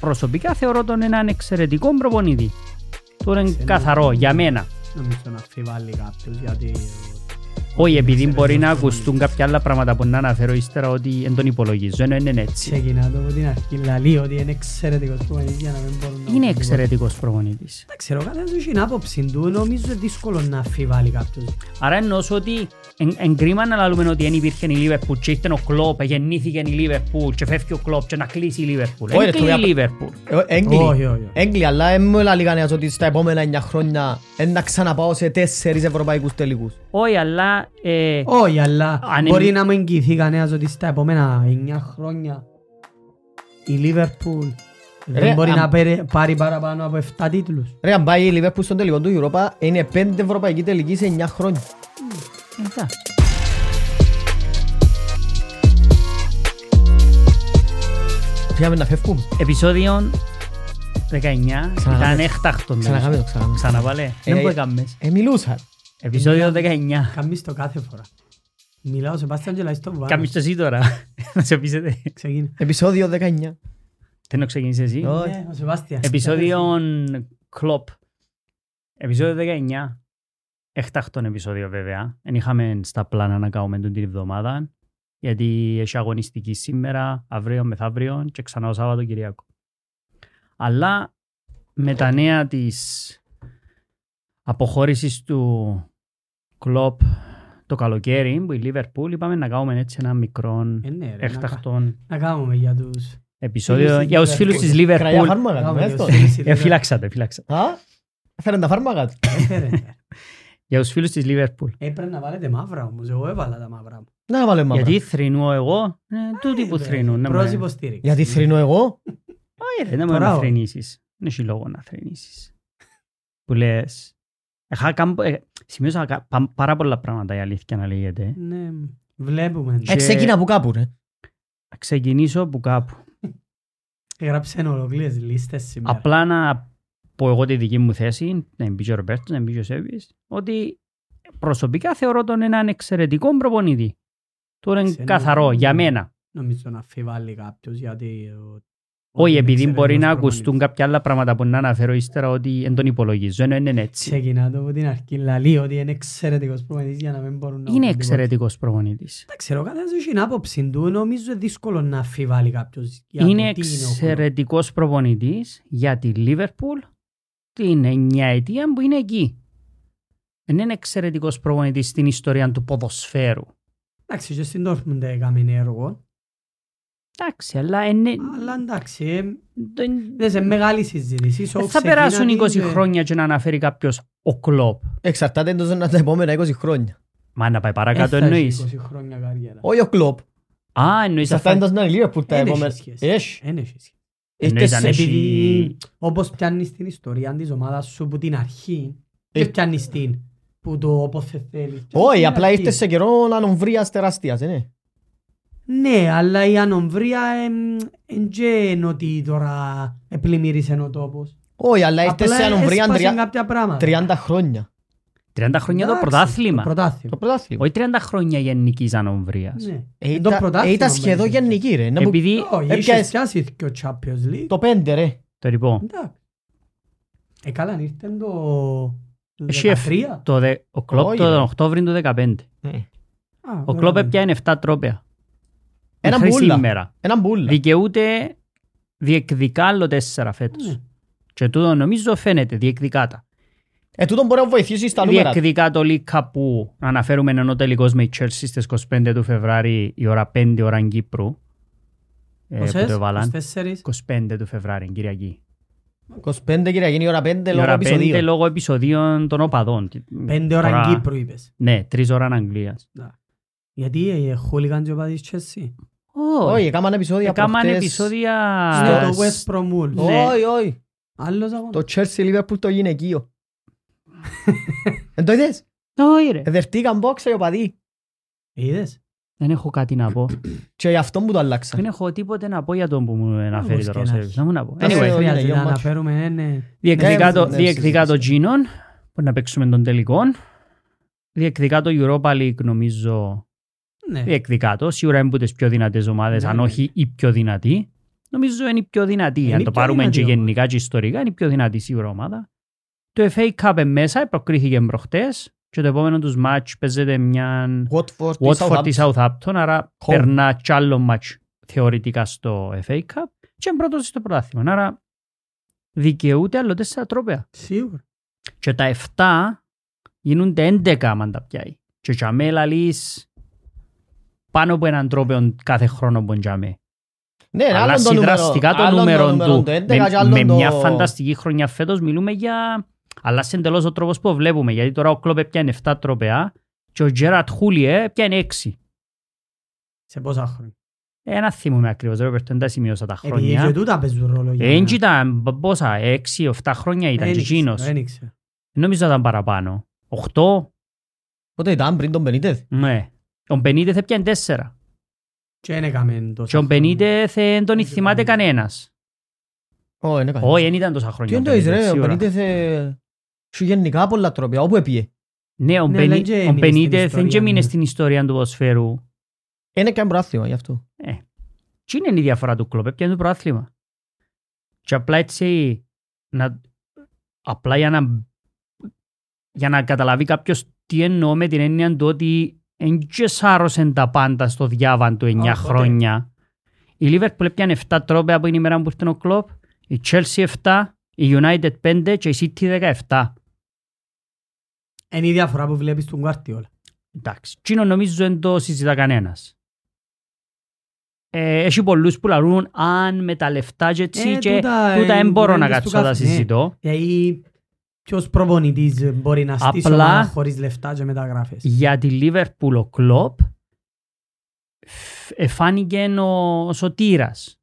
προσωπικά θεωρώ τον έναν εξαιρετικό προπονητή. Τώρα είναι καθαρό για μένα. Νομίζω να αμφιβάλλει κάποιος γιατί... Όχι, επειδή μπορεί να ακουστούν κάποια άλλα πράγματα που να αναφέρω ύστερα ότι δεν τον υπολογίζω, ενώ είναι έτσι. Ξεκινά το από την αρχή, λαλεί ότι είναι εξαιρετικός προπονητής για να μην μπορούν να... Είναι εξαιρετικός προπονητής. Δεν ξέρω, ο καθένας έχει την άποψη του, νομίζω είναι δύσκολο να αμφιβάλλει κάποιος. Άρα εννοώς σου ότι εν- εν κρίμα να λέμε ότι δεν υπήρχε η Λίβερπουλ και ήρθε ο Κλόπ, γεννήθηκε η Λίβερπουλ και φεύγει ο Κλόπ και να κλείσει η Λίβερπουλ. Όχι, ρε, Δεν κλείνει η τώρα- Λίβερπουλ. Ε, Όχι, όχι, Έγκλη, όχι. έγκλη, αλλά δεν μου έλεγε κανένας ότι στα επόμενα 9 χρόνια εν να ξαναπάω σε τέσσερις ευρωπαϊκούς τελικούς. Όχι, αλλά ε, Όχι, αλλά Αν μπορεί εμ- να μου εγγυηθεί κανένας ότι στα επόμενα 9 χρόνια η Λίβερπουλ Ρε, δεν μπορεί αν- να πάρει- πάρει παραπάνω από 7 τίτλους. Ρε, αν πάει η Λιβερπούλ στον τελικό του Europa, είναι πέντε ευρωπαϊκή τελική σε 9 χρόνια. εντάξει. Πήγαμε να φεύγουμε. Ναι, Επεισόδιο 19 ήταν Ξαναγάμε. έκτακτο. Ξαναγάμε το, νομίζω. ξαναγάμε. Ξαναβάλε. Δεν ε, μπορεί ε, να Ε, μιλούσα. Επεισόδιο 19. Κάνεις το κάθε φορά. Μιλάω σε Πάστιαν και λαϊς το βάρος. Κάμεις το εσύ τώρα. Να σε πείσετε. Ξεκίνη. Επεισόδιο 19. Δεν το ξεκινήσεις εσύ. Όχι. Ναι, ο Σεβάστιαν. Επεισόδιο κλοπ. Επεισόδιο 19. Εκτακτόν επεισόδιο βέβαια. Εν είχαμε στα πλάνα να κάνουμε τον την εβδομάδα. Γιατί έχει αγωνιστική σήμερα, αύριο, μεθαύριο και ξανά ο Σάββατο Κυριακό. Αλλά με τα νέα της αποχώρησης του κλοπ το καλοκαίρι που η Λίβερπουλ είπαμε να κάνουμε έτσι ένα μικρό Ε, ναι, ρε, να κα- εκτακτόν Να κάνουμε για τους... επεισόδιο της για τους φίλους της Κραγιά Λίβερπουλ. φάρμακα, κάνουμε του, για έστω. τους φίλους Ε, της Λίβερπουλ. φυλάξατε, φυλάξατε. Α, έφεραν τα φάρμακα του. Έφερε, Ε, ρε. Για τους φίλους της Λίβερπουλ. Έπρεπε να βάλετε μαύρα όμως. Εγώ έβαλα τα μαύρα μου. Να βάλε μαύρα. Γιατί θρυνώ εγώ, ε, τούτοι που Ε, θρυνούν. ναι, Προς μωρέ. υποστήριξη. Γιατί θρυνώ εγώ. Όχι ρε, δεν μπορεί να Μπράβο. θρυνήσεις. Δεν έχει λόγο να θρυνήσεις. Που λες, είχα κάμ- ε, σημείωσα κα- πα- πάρα πολλά πράγματα η αλήθεια να λέγεται. Ναι, βλέπουμε. Και- Ε, ξεκίνα από κάπου, ρε. Να ξεκινήσω από κάπου. Έγραψε ολοκλήρες λίστες σήμερα. Απλά να πω εγώ τη δική μου θέση, να μπει και ο Ρομπέρτος, να μπει και ο Σέβης, ότι προσωπικά θεωρώ τον έναν εξαιρετικό προπονητή. Τώρα είναι Ξένο. καθαρό για μένα. Νομίζω να αφιβάλλει κάποιος γιατί... ο- Όχι, είναι επειδή μπορεί να εξαιρετικός ακουστούν προπονητής. κάποια άλλα πράγματα που να αναφέρω ύστερα ότι δεν τον υπολογίζω, ενώ είναι έτσι. Ξεκινά το από την αρχή. Λαλεί ότι είναι εξαιρετικός προπονητής για να μην μπορούν Είναι να... πούν τίποτα. εξαιρετικός προπονητή. Δεν ξέρω, ο καθένας έχει την άποψη του. Νομίζω είναι δύσκολο να αφιβάλλει κάποιος για το τι Είναι είναι ο Klopp. εξαιρετικό προπονητή για τη Λίβερπουλ την εννιαετία που είναι εκεί. Δεν είναι εξαιρετικός προπονητή στην ιστορία του ποδοσφαίρου. Εντάξει, και στην Dortmund έκαμε έργο. Εντάξει, αλλά είναι- Αλλά εντάξει, ε, δεν- δεν σε μεγάλη συζήτηση. so δεν Ε, θα ξεκίνα περάσουν την, 20 ε, χρόνια και να αναφέρει κάποιος ο κλοπ. Εξαρτάται εντός να τα επόμενα 20 χρόνια. Μα να πάει δεν παρακάτω, Ε, θα έχει εννοείς. 20 χρόνια καριέρα. Όχι ο Κλοπ. Α, εννοείς Εξαρτάται εντός να είναι η Liverpool τα Δεν έχει επόμενα. σχέση. Ναι, Έχει. Εν έχει σχέση. Εννοείς Έχετε αν έχει- σε- Επειδή όπως πιάνεις την ιστορία της ομάδας σου που την αρχή, δεν πιάνεις την που το όποτε θέλεις. Όχι, Την απλά αρχή. ήρθε σε καιρό ανομβρίας τεράστιας, είναι. Ναι, αλλά η ανομβρία δεν είναι ότι τώρα επλημμύρισε ο τόπος. Όχι, αλλά ήρθε σε Απλά ανομβρία έσπασαν 30 κάποια πράγματα. 30 χρόνια. 30 χρόνια το Εντάξει, Το πρωτάθλημα. Το πρωτάθλημα. πρωτάθλημα. Όχι 30 χρόνια γενικής ανομβρίας. Ναι. Ε, Ε, το ήταν- πρωτάθλημα ε, Ήταν σχεδόν μερικές φορές. γενική, ρε. Να μου- Επειδή. Όχι, Ε, είχες πιάες- πιάσει και ο Champions League. Το πέντε, ρε. Το λοιπόν. Εντάξει. Ε, καλά, ήρθε το... το Εσύ εφ- 13. Το δε, ο Κλόπ Όχι, τον ρε. Ναι, Οκτώβριο του 15. Α, Ο ε, Κλόπ ε, έπιανε 7 τρόπαια. Ένα Μέχρι μπούλα. σήμερα. Έναν μπούλα. Δικαιούται διεκδικά άλλο 4 φέτος. Ναι. Και τούτο νομίζω φαίνεται, διεκδικά τα. Ε, τούτον μπορεί να βοηθήσει στα νούμερα. του. Διεκδικά το Λίκα που αναφέρουμε ενώ ο τελικός με η Chelsea στις 25 του Φεβράρι η ώρα 5 ώρα Κύπρου. Ε, που Πόσες, το έβαλαν. 24. 25 του Φεβράρι, Κυριακή. 25 κύριε, γίνει η ώρα 5 Η λόγω ώρα 5 επεισοδίου. λόγω επεισοδίων των οπαδών. Πέντε ώρα Τώρα- Κύπρου είπες. Ναι, 3 ώρα Αγγλίας. Να. Γιατί ε, χούλιγαν και ο παδίς Chelsea. Όχι, έκαναν επεισόδια από Έκαναν χτες. Ε, επεισόδια... Στο το West Brom Wolves. ε, Ναι. Όχι, όχι. Άλλος αγώνας. Το Chelsea Liverpool το γυναικείο. Εν το είδες. Ε, Όχι ρε. Εδερτήκαν μπόξα οι οπαδοί. Είδες. Ε, Δεν έχω κάτι να πω. Και γι' αυτόν που το Δεν αλλάξαν. έχω τίποτε να πω για τον που μου αναφέρει Όπως τώρα και ο να Σέρβις. έχει. Να μου να πω. Τα Anyway, σε- Χρειάζεται ναι, να γιο μάτσο. αναφέρουμε, ναι, ναι. διεκδικά το, ναι, διεκδικά ναι, το ναι. Ginon, που να παίξουμε τον τελικών. Διεκδικά το Europa League νομίζω Ναι. Ε, διεκδικά το. Σίγουρα είναι από τις πιο δυνατές ομάδες, Ναι, αν ναι. όχι η πιο δυνατή. Νομίζω είναι η πιο δυνατή. Είναι Αν η το πιο πάρουμε δυνατή και ομάδα. γενικά και ιστορικά, είναι η πιο δυνατή σίγουρα ομάδα. Το FA Cup εν μέσα, προκρίθηκε προχτές και το επόμενο τους match παίζεται μια Watford, Watford Southampton. τη Southampton, άρα Home. περνά κι άλλο match θεωρητικά στο FA Cup και είναι πρώτος στο πρωτάθλημα. Άρα δικαιούται άλλο τέσσερα τρόπαια. Σίγουρα. Και τα 7 γίνονται 11 αν τα πιάει. Και τζαμέ λαλείς πάνω από έναν τρόπο κάθε χρόνο που τζαμέ. Ναι, Αλλά άλλον το νούμερο. συνδραστικά το Άλλον νούμερο του. το 11 και Με, άλλον με το- μια φανταστική χρονιά φέτος μιλούμε για... Αλλά σε εντελώς ο τρόπος που βλέπουμε. Γιατί τώρα ο Κλόπ πιάνει 7 τρόπεα και ο Τζέρατ Χούλιε πιάνει 6. Σε πόσα χρόνια. Ένα Ε, θυμούμε ακριβώς, δεν Ρόπερτο, δεν τα σημειώσα τα Επειδή Ε, και χρόνια. τούτα παίζουν ρόλο. για Δεν μένα. ήταν π- πόσα, 6-7 χρόνια ήταν Εν και ήξερα, εκείνος. εν ήξερα. Νομίζω ήταν παραπάνω. 8, Πότε ήταν πριν τον 50. ναι. Ο Μπενίτεθ έπιανε 4. Και δεν έκαμε τόσα Και ο χρόνια. Μπενίτεθ δεν τον Δεν θυμάται θυμάμαι. κανένας. Ω, είναι καλός. Όχι, δεν ήταν τόσα Τι χρόνια. ο είναι το εις, Benitez, ρε, ο σίγουρα. Benitez, ε, σου γενικά πολλά τρόπια, όπου επίε. Ναι, ο Ναι, αλλά και έμεινε στην Μπενίτεθ δεν και ιστορία, μείνες ναι. στην ιστορία του ποδοσφαίρου. Είναι και ένα πρόθυμα γι' αυτό. Τι είναι η διαφορά του κλοπ, ποιο είναι το προάθλημα. Και απλά έτσι, να, απλά για να, για να καταλαβεί κάποιος τι εννοώ με την έννοια του ότι εν και σάρωσεν τα πάντα στο διάβαν του 9 Α, ποτέ. χρόνια. Η Liverpool έπιανε 7 τρόπια από την ημέρα που ήρθε ο κλοπ, η Chelsea 7, η United 5 και η City 17. Είναι η διαφορά που βλέπεις στον Guardiola. Εντάξει, εκείνο νομίζω δεν το συζητά κανένας. Ε, έχει πολλούς που λαρούν αν με τα λεφτά και έτσι Ε, και τούτα, τούτα ε, δεν μπορώ να κουβέντες του κάτσω να τα καθ- ναι. συζητώ. Δηλαδή, ποιος προπονητής ε, μπορεί να στήσει Απλά- ομάδα χωρίς λεφτά και μεταγράφες. Για τη Λίβερπουλ ο Κλόπ εφάνηκε ο Σωτήρας.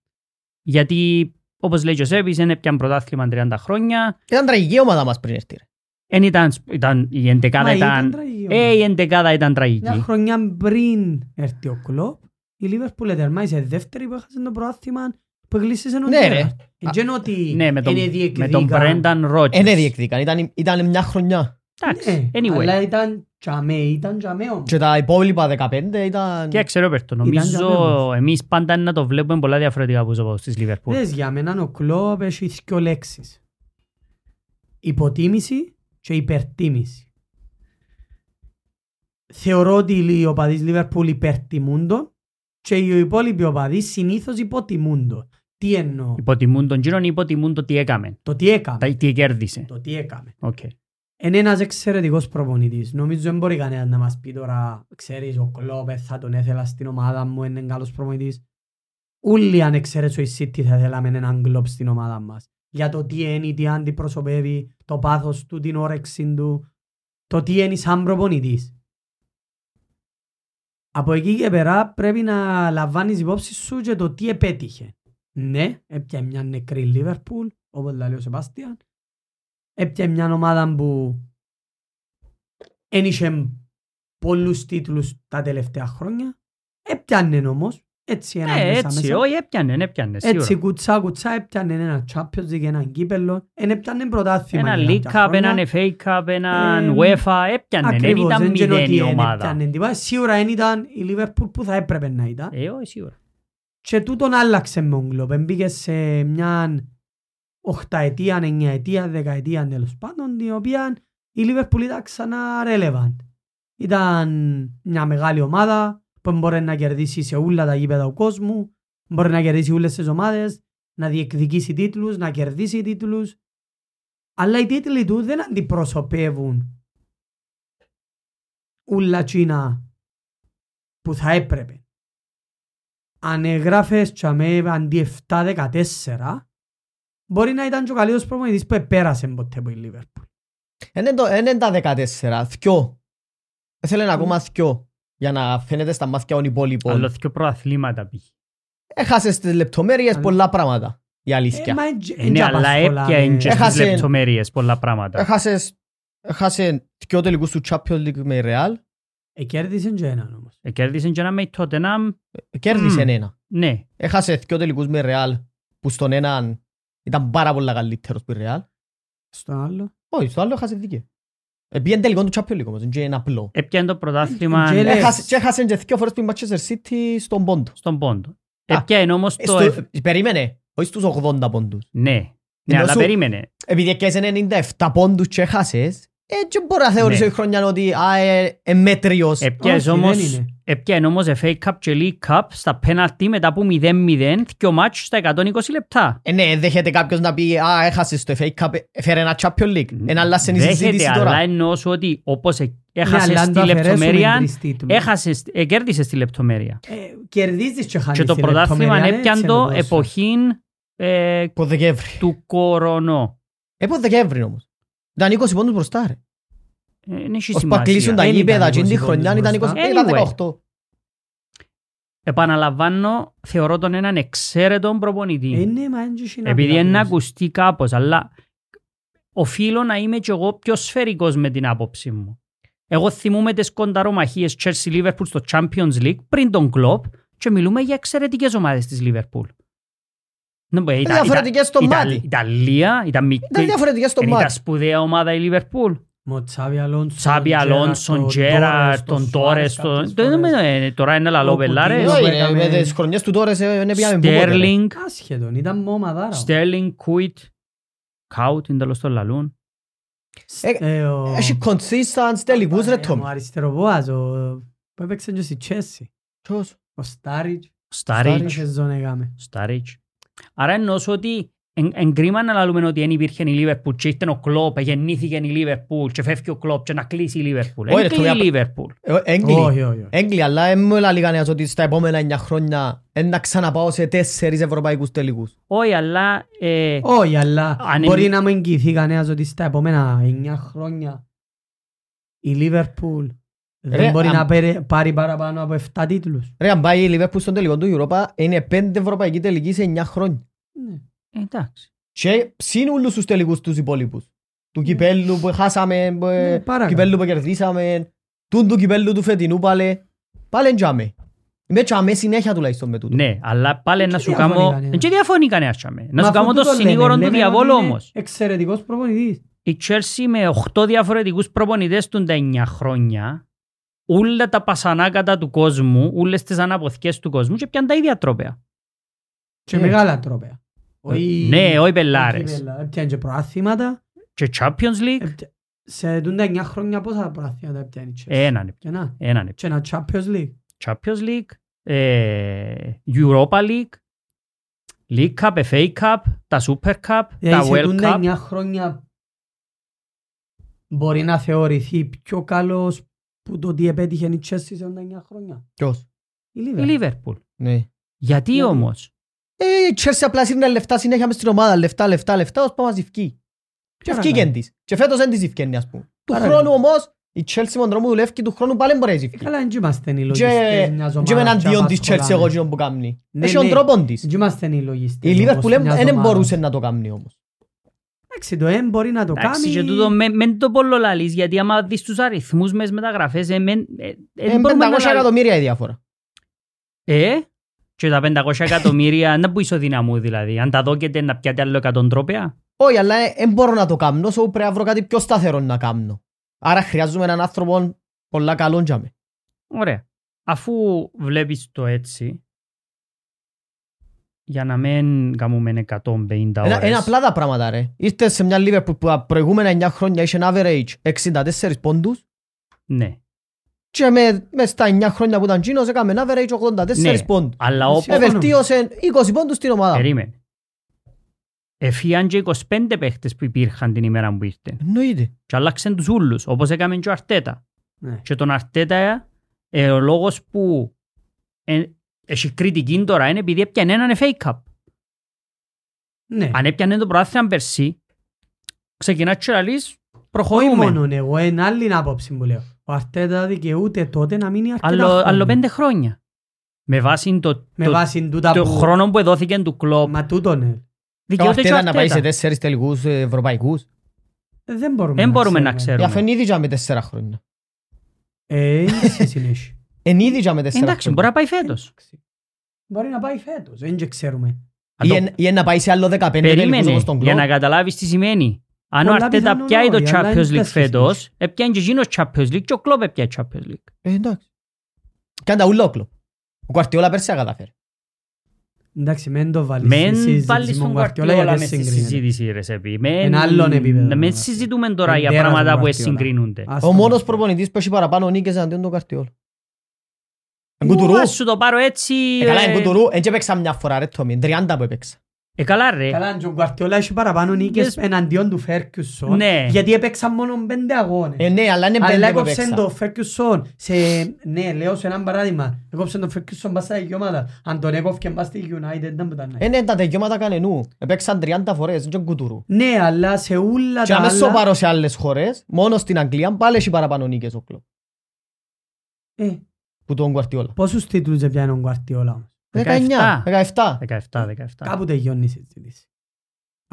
Γιατί όπως λέει ο Σέπης δεν έπιαν πρωτάθλημα 30 χρόνια. Ήταν τραγική η ομάδα μας πριν έρθει. ρε. Εν ήταν, ήταν, η εντεκάδα Μα ήταν... τραγική ε, ομάδα. η εντεκάδα ήταν τραγική. Μια χρονιά πριν έρθει ο Κλόπ, η Λίβερπουλ ετερμάισε δεύτερη που έχασε το προάθλημα που εγκλήσισε ο Ναι, Τζέραρντ. ρε. Εν τζεν ότι Ναι, με τον, ε, είναι με τον διεκδίκαν. Brendan Ε, ναι, Rodgers. διεκδίκαν, ήταν- ήταν μια χρονιά. Εντάξει, Ναι, anyway. Αλλά ήταν τζαμέ, ήταν τζαμέ όμως. Και τα υπόλοιπα 15 ήταν... Και ξέρω, Ρόπερτο, νομίζω διαδρομής. εμείς πάντα είναι να το βλέπουμε πολλά διαφορετικά από τους οπαδούς της Λίβερπουλ. Δες, για μένα ο Κλόπ έχει δύο λέξεις. Υποτίμηση και υπερτίμηση. Θεωρώ ότι οι οπαδείς Λίβερπουλ υπερτιμούν τον και οι υπόλοιποι οπαδείς συνήθως υποτιμούν τον. Τι εννοώ, Υποτιμούν τον κύριον ή υποτιμούν το τι έκαμε, το τι έκαμε. τα- τι κέρδισε. Το τι έκαμε. Οκ. Είναι ένας εξαιρετικός προπονητής. Νομίζω δεν μπορεί κανένας να μας πει τώρα, ξέρεις, ο Κλόπ ε, θα τον έθελα στην ομάδα μου, είναι καλός προπονητής. Όλοι αν εξαιρέσω η City θα θέλαμε έναν Κλόπ στην ομάδα μας. Για το τι είναι, τι αντιπροσωπεύει, το πάθος του, την όρεξη του, το τι είναι σαν προπονητής. Από εκεί και πέρα πρέπει να λαμβάνεις υπόψη σου και το τι επέτυχε. Ναι, έπιανε μια νεκρή Λίβερπουλ, όπως λέει ο Σεπάστιαν, έπιανε μια ομάδα που δεν είχε πολλούς τίτλους τα τελευταία χρόνια. Έπιανε όμως, έτσι ένα Ε, μέσα έτσι, μέσα. όχι, έπιανε, ναι, έπιανε, Έτσι σίγουρα. κουτσά κουτσά έπιανε ένα Champions League, ένα κύπελλο, εν έπιανε πρωτάθλημα. Ένα για League κάποια Cup, χρόνια. έναν FA Cup, έναν Εμ, UEFA, έπιανε, ναι, δεν Ε, Ακριβώς, ήταν δεν ξέρω μηδέν τι η εν ομάδα. έπιανε τίποτα. Σίγουρα δεν ήταν η Λίβερπουλ που θα έπρεπε να ήταν. Ε, όχι, σίγουρα. Και τούτον άλλαξε με τον Κλόπ. Μπήκε σε μια οχταετία, εννιαετία, δεκαετία τέλος πάντων, την οποία η Λίβερπουλ ήταν ξανά relevant. Ήταν μια μεγάλη ομάδα που μπορεί να κερδίσει σε όλα τα γήπεδα του κόσμου, μπορεί να κερδίσει όλες τις ομάδες, να διεκδικήσει τίτλους, να κερδίσει τίτλους. Αλλά οι τίτλοι του δεν αντιπροσωπεύουν όλα εκείνα που θα έπρεπε αν έγραφες τσαμέ αντί 7-14, μπορεί να ήταν και ο καλύτερος προπονητής που επέρασε ποτέ από η Λίβερπουλ. Είναι Ε, ναι, το- είναι τα 14, θκυο. Θέλει να ακόμα θκυο για να φαίνεται στα μάτια των Άλλο υπόλοιπων. δυο προαθλήματα πήγε. Έχασες τις λεπτομέρειες Αλλά- πολλά πράγματα, η Ε, αλήθεια. μα εντζ- Ε, εντζ' Ναι, αλλά απασχολάμε. έπιανε και στις Έχασε- λεπτομέρειες πολλά πράγματα. Έχασες, έχασε Ε, δυο τελικούς του Champions League με η Real, Ε, κέρδισε και έναν όμως. Ε, Κέρδισε και ένα με η Tottenham, κέρδισε Μμμ. ένα. ναι. Έχασε δυο τελικούς με η Real, που στον έναν ήταν πάρα πολλά καλύτερος που η Real. Στον άλλο. Όχι, στο άλλο έχασε δίκαιο. Επίεν τελικό του Champions League όμως, είναι ένα απλό. Έπιανε το πρωτάθλημα Ε, λες. Έχασε- Και έχασε και δυο φορές που η Manchester City στον πόντο. στον πόντο. Α, ε, Έπιανε όμως το... ε- Στο- Περίμενε. όχι στους 80 πόντους. Ναι. Ναι, Ενώ αλλά σου- περίμενε. Επειδή έκαισαι 97 πόντους και έχασες, ε, και μπορεί να θεωρήσει Ναι. η χρονιά ότι α, ε, ε, μέτριος. Έπιασε Όχι, δεν όμως, είναι. έπιανε όμως FA Cup και League Cup στα πέναλτι μετά από 0-0 και ο μάτς στα 120 λεπτά. Ε, ναι, δέχεται κάποιος να πει «Α, έχασες το FA Cup, έφερε ένα Champions League». Ένα άλλα σε συζήτηση Δέχεται, αλλά τώρα. εννοώ σου ότι όπως ε- Ναι, αλλά έχασες αν τη το αφαιρέσουμε λεπτομέρεια, τρεις τίτλους. έχασες, ε, κέρδισες τη λεπτομέρεια. Ε, Κερδίζεις και χάνεις Και το τη πρωτάθλημα λεπτομέρεια, ναι, έπιαν έτσι το είναι ποδόσφαιρο. εποχή ε, Από Δεκέμβρη. του κορονό. Ε, από Δεκέμβρη όμως. Ήταν 20 πόντους μπροστά, ρε. Ε, Δεν έχει Ως που κλείσουν σημασία. τα Δεν γήπεδα, ήταν εκείνη τη 20 χρονιά πόντους ήταν 20, μπροστά. ήταν Anyway. 18. Επαναλαμβάνω, θεωρώ τον έναν εξαίρετον προπονητή. Ε, ναι, μα έτσι είναι Επειδή απειρά, είναι να όμως. ακουστεί κάπως, αλλά οφείλω να είμαι κι εγώ πιο σφαιρικός με την άποψή μου. Εγώ θυμούμαι τις κονταρομαχίες Chelsea Liverpool στο Champions League πριν τον Κλόπ και μιλούμε για εξαιρετικές ομάδες της Liverpool. Ναι, μπε, ήταν- διαφορετικές στο ήταν- μάτι. ήταν- Ιταλία, ήταν μικρή. Ήταν διαφορετικές στο Δεν ήταν μάτς. σπουδαία ομάδα η Liverpool. Μο Τσάβι Αλόνσον, Τσάμπι Αλόνσον, Τζέρα, τον Τόρες. τον- το- δεν είναι- Τώρα είναι λαλό Ο πελάρες. Κουτίνο. Όχι, που ρε, έκαμε- με ε, τις χρονιές του τώρα ε, δεν έπιαμε πού ποτέ, ρε. Στέρλινγκ, Άσχετον, ήταν μομαδάρα. Στέρλινγκ, Κουίτ, Κάουτ, είναι τέλος των λαλούν. Ε, ο- Έχει consistence τελικούς ρε Ε, Ο Τόμι. αριστεροβόας, ο- που έπαιξε και στη Τσέσσι. Ποιος? Ο Στάριτ. Στάριτς. σεζόν έκαμε. Στάριτς. Άρα εννοώς σου ότι εν, εν κρίμα να λαλούμε ότι δεν υπήρχε η Λίβερπουλ και ήρθε ο Κλόπ, γεννήθηκε η Λίβερπουλ και φεύγει ο Κλόπ και να κλείσει η Λίβερπουλ. Ωραία, Εν κλεί η τώρα- Λίβερπουλ. Ε, Έγκλη. Όχι, όχι, όχι. Έγκλη, αλλά δεν μου έλεγε κανένας ότι στα επόμενα 9 χρόνια εν να ξαναπάω σε τέσσερις ευρωπαϊκούς τελικούς. Όχι, αλλά ε, Όχι, αλλά Αν μπορεί εμ- να μου εγγυηθεί κανένας ότι στα επόμενα 9 χρόνια η Λίβερπουλ Ρε, δεν μπορεί αν- να πάρει- πάρει παραπάνω από 7 τίτλους. Ρε, αν πάει η Liverpool στον τελικό του Europa, είναι πέντε ευρωπαϊκοί τελικοί σε 9 χρόνια. Ναι, εντάξει. Και ψήνουν όλους τους τελικούς τους υπόλοιπους. Του κυπέλου που χάσαμε, που- Ναι, παρακαλώ. κυπέλου που κερδίσαμε, τούν του κυπέλου του φετινού πάλι. Πάλι εν τζάμε. Είμαι τζάμε συνέχεια τουλάχιστον με τούτο. Ναι, αλλά πάλι να τι σου διαφωνεί κάνω... κανένας. Δεν διαφωνεί κανένας και με. Να ναι. Μα σου αφού κάνω το τούτο λένε, συνήγορο λένε του ότι διαβόλου είναι όμως. Εξαιρετικός προπονητής. Η Chelsea με 8 διαφορετικούς προπονητές του τα 9 χρόνια, όλα τα πασανάκατα του κόσμου, όλες τις αναποθηκές του κόσμου και πιαν τα ίδια τρόπαια. Και Ναι. μεγάλα τρόπαια. Όχι- Ναι, όχι όχι πελάρες. πελά- Ε, Έπιανε και προάθληματα. Και Champions League, Έπια- Σε τούντα 9 χρόνια πόσα προάθληματα έπιανε η Chelsea. έναν, Και να. έναν. Και ένα Champions League. Champions League, ε, Europa League, League Cup, FA Cup, τα Super Cup, τα Δηλαδή σε World Cup. τούντα 9 χρόνια μπορεί να θεωρηθεί πιο καλός που το τι επέτυχε η Chelsea σε τούντα 9 χρόνια. Ποιος. Η Η Liverpool. Liverpool. Ναι. Γιατί Γιατί? όμως. Ε, η Chelsea απλά σύρνε λεφτά συνέχεια μες στην ομάδα, λεφτά, λεφτά, λεφτά, ώσπου μας ευκεί. Και Άρα, ευκήκεν ναι. της. Και φέτος δεν της ευκένει, ας πούμε. Του Άρα, χρόνου ναι. όμως, η Chelsea με τον τρόπο του λεύκη του χρόνου πάλι μπορεί να της ευκεί. Ε, Καλά, δεν είμαστε οι Και- λογιστές μιας Και με ομάδας. εναντίον της Chelsea απασχολάμε. εγώ εκείνον που κάνει. Ναι, Έχει τον ναι. τρόπο της. Δεν είμαστε οι λογιστές. Η όμως, Liverpool μιας ε, δεν ομάδας. μπορούσε να το κάνει όμως. Εντάξει, το M μπορεί να το Εντάξει, και κάνει. τούτο με- μεν το πολλολαλείς, γιατί άμα δεις τους αριθμούς μες μεταγραφές, ε, μεν- ε, ε, Ε, δεν μπορούμε να 500 λαλείς. εκατομμύρια η διαφορά. Ε, και τα 500 εκατομμύρια, να που ισοδυναμού δηλαδή. Αν τα δόκετε να πιάτε άλλο 100 τρόπια. Όχι, αλλά ε, δεν μπορώ να το κάνω, so πρέπει να βρω κάτι πιο σταθερό να κάνω. Άρα χρειάζομαι έναν άνθρωπο πολλά καλόν για με. Ωραία. Αφού βλέπεις το έτσι, για να μην κάνουμε 150 ώρες. Ένα- Είναι απλά τα πράγματα ρε. Ήρθες σε μια Liverpool που τα προηγούμενα 9 χρόνια είχε ένα average 64 πόντους Ναι. και με, μες στα 9 χρόνια που ήταν Τζίνος έκαμε ένα average 84 Ναι. πόντους. Αλλά Εσύ όπως... συμφωνώ. Εβελτίωσε 20 πόντους στην ομάδα. Περίμενε. Εφύγαν και 25 παίχτες που υπήρχαν την ημέρα που ήρθε. Εννοείται. Και άλλαξαν τους ούλους, όπως έκαμε και ο Αρτέτα. Ναι. Και τον Αρτέτα, ε, ο λόγος που ε, έχει κριτική τώρα είναι επειδή έπιανε έναν FA Cup. Ναι. Αν έπιανε το πρωτάθλημα πέρσι, ξεκινά και λαλείς, Όχι προχωρούμε. μόνον εγώ, είναι άλλη άποψη που λέω. Ο Αρτέτα δικαιούται τότε να μείνει αρκετά Άλλο, χρόνια. άλλο πέντε χρόνια. Με βάση το, Με το, βάση τούτα το που- χρόνο που δόθηκε του κλόπ, Μα τούτο ναι. Και ο δικαιούται και ο Αρτέτα να πάει σε Αρτέτα. 4 τελικούς ε, ευρωπαϊκούς. Δεν μπορούμε, Δεν μπορούμε να Για ξέρουμε. φαινίδι για με 4 χρόνια. Ε, είσαι συνέχεια. Ενίδι για με 4 χρόνια. Εντάξει, μπορεί να πάει φέτος. Μπορεί να πάει φέτος, δεν και ξέρουμε. Αν το- Ή εν- Ή εν να πάει σε άλλο 15 τελικούς Περίμενε όπως τον για να Κλόπ. καταλάβεις τι σημαίνει. Αν ο Πολλά Αρτέτα πιθανόν πιάει το όχι, αλλά είναι Champions League τέσσερις φέτος, έπιανε και εκείνος Champions League και ο Κλόπ έπιανε Champions League. Ε, Εντάξει. Κάντα ούλα ο Κλόπ. Ο Κουαρτιόλα πέρσι τα κατάφερε. Εντάξει, μεν το βάλεις. στη Μεν συζήτηση πάλι με στον τον Guardiola, Guardiola γιατί μες στη συγκρίνεται. συζήτηση ρε Σεπί. Μεν, Εν άλλον επίπεδο, μεν μάλιστα. συζητούμε τώρα Εν για τέρας πράγματα τον που Guardiola. συγκρίνονται. Ας Ο το μόνος πω. προπονητής που έχει παραπάνω νίκες εναντίον του Καρτιόλ. Εγκουτουρού. Ου, ας σου το πάρω έτσι... Ε, Καλά, ε, εγκουτουρού. Έτσι έπαιξα μια φορά ρε Τόμι. 30 που έπαιξα. Ε, καλά ρε. Καλά, και ο Guardiola έχει παραπάνω νίκες Yes. εναντίον του Ferguson, Ναι. γιατί έπαιξαν μόνο πέντε αγώνες. Ε, ναι, αλλά είναι Αλλά πέντε που έκοψε έπαιξα. το Ferguson σε... Ναι, λέω σε έναν παράδειγμα. Έκοψε το Ferguson μπας στα δικαιώματα. Αν τον έκοφκε μπας στη United δεν ήταν. Ε, ναι, τα τελειώματα κανενού. Επέξαν 30 φορές, δεν εγκουτουρού. Ναι, αλλά σε όλα Και τα άμεσο άλλα... πάρω σε άλλες χώρες, μόνο στην Αγγλία, πάλι έχει παραπάνω νίκες ο κλόπ. Ε, Που τον Γκουαρτιόλα. Πόσους τίτλους έπιανε ο Guardiola όμως. 19, 17. 17-17. Κάπου τελειώνει η συζήτηση.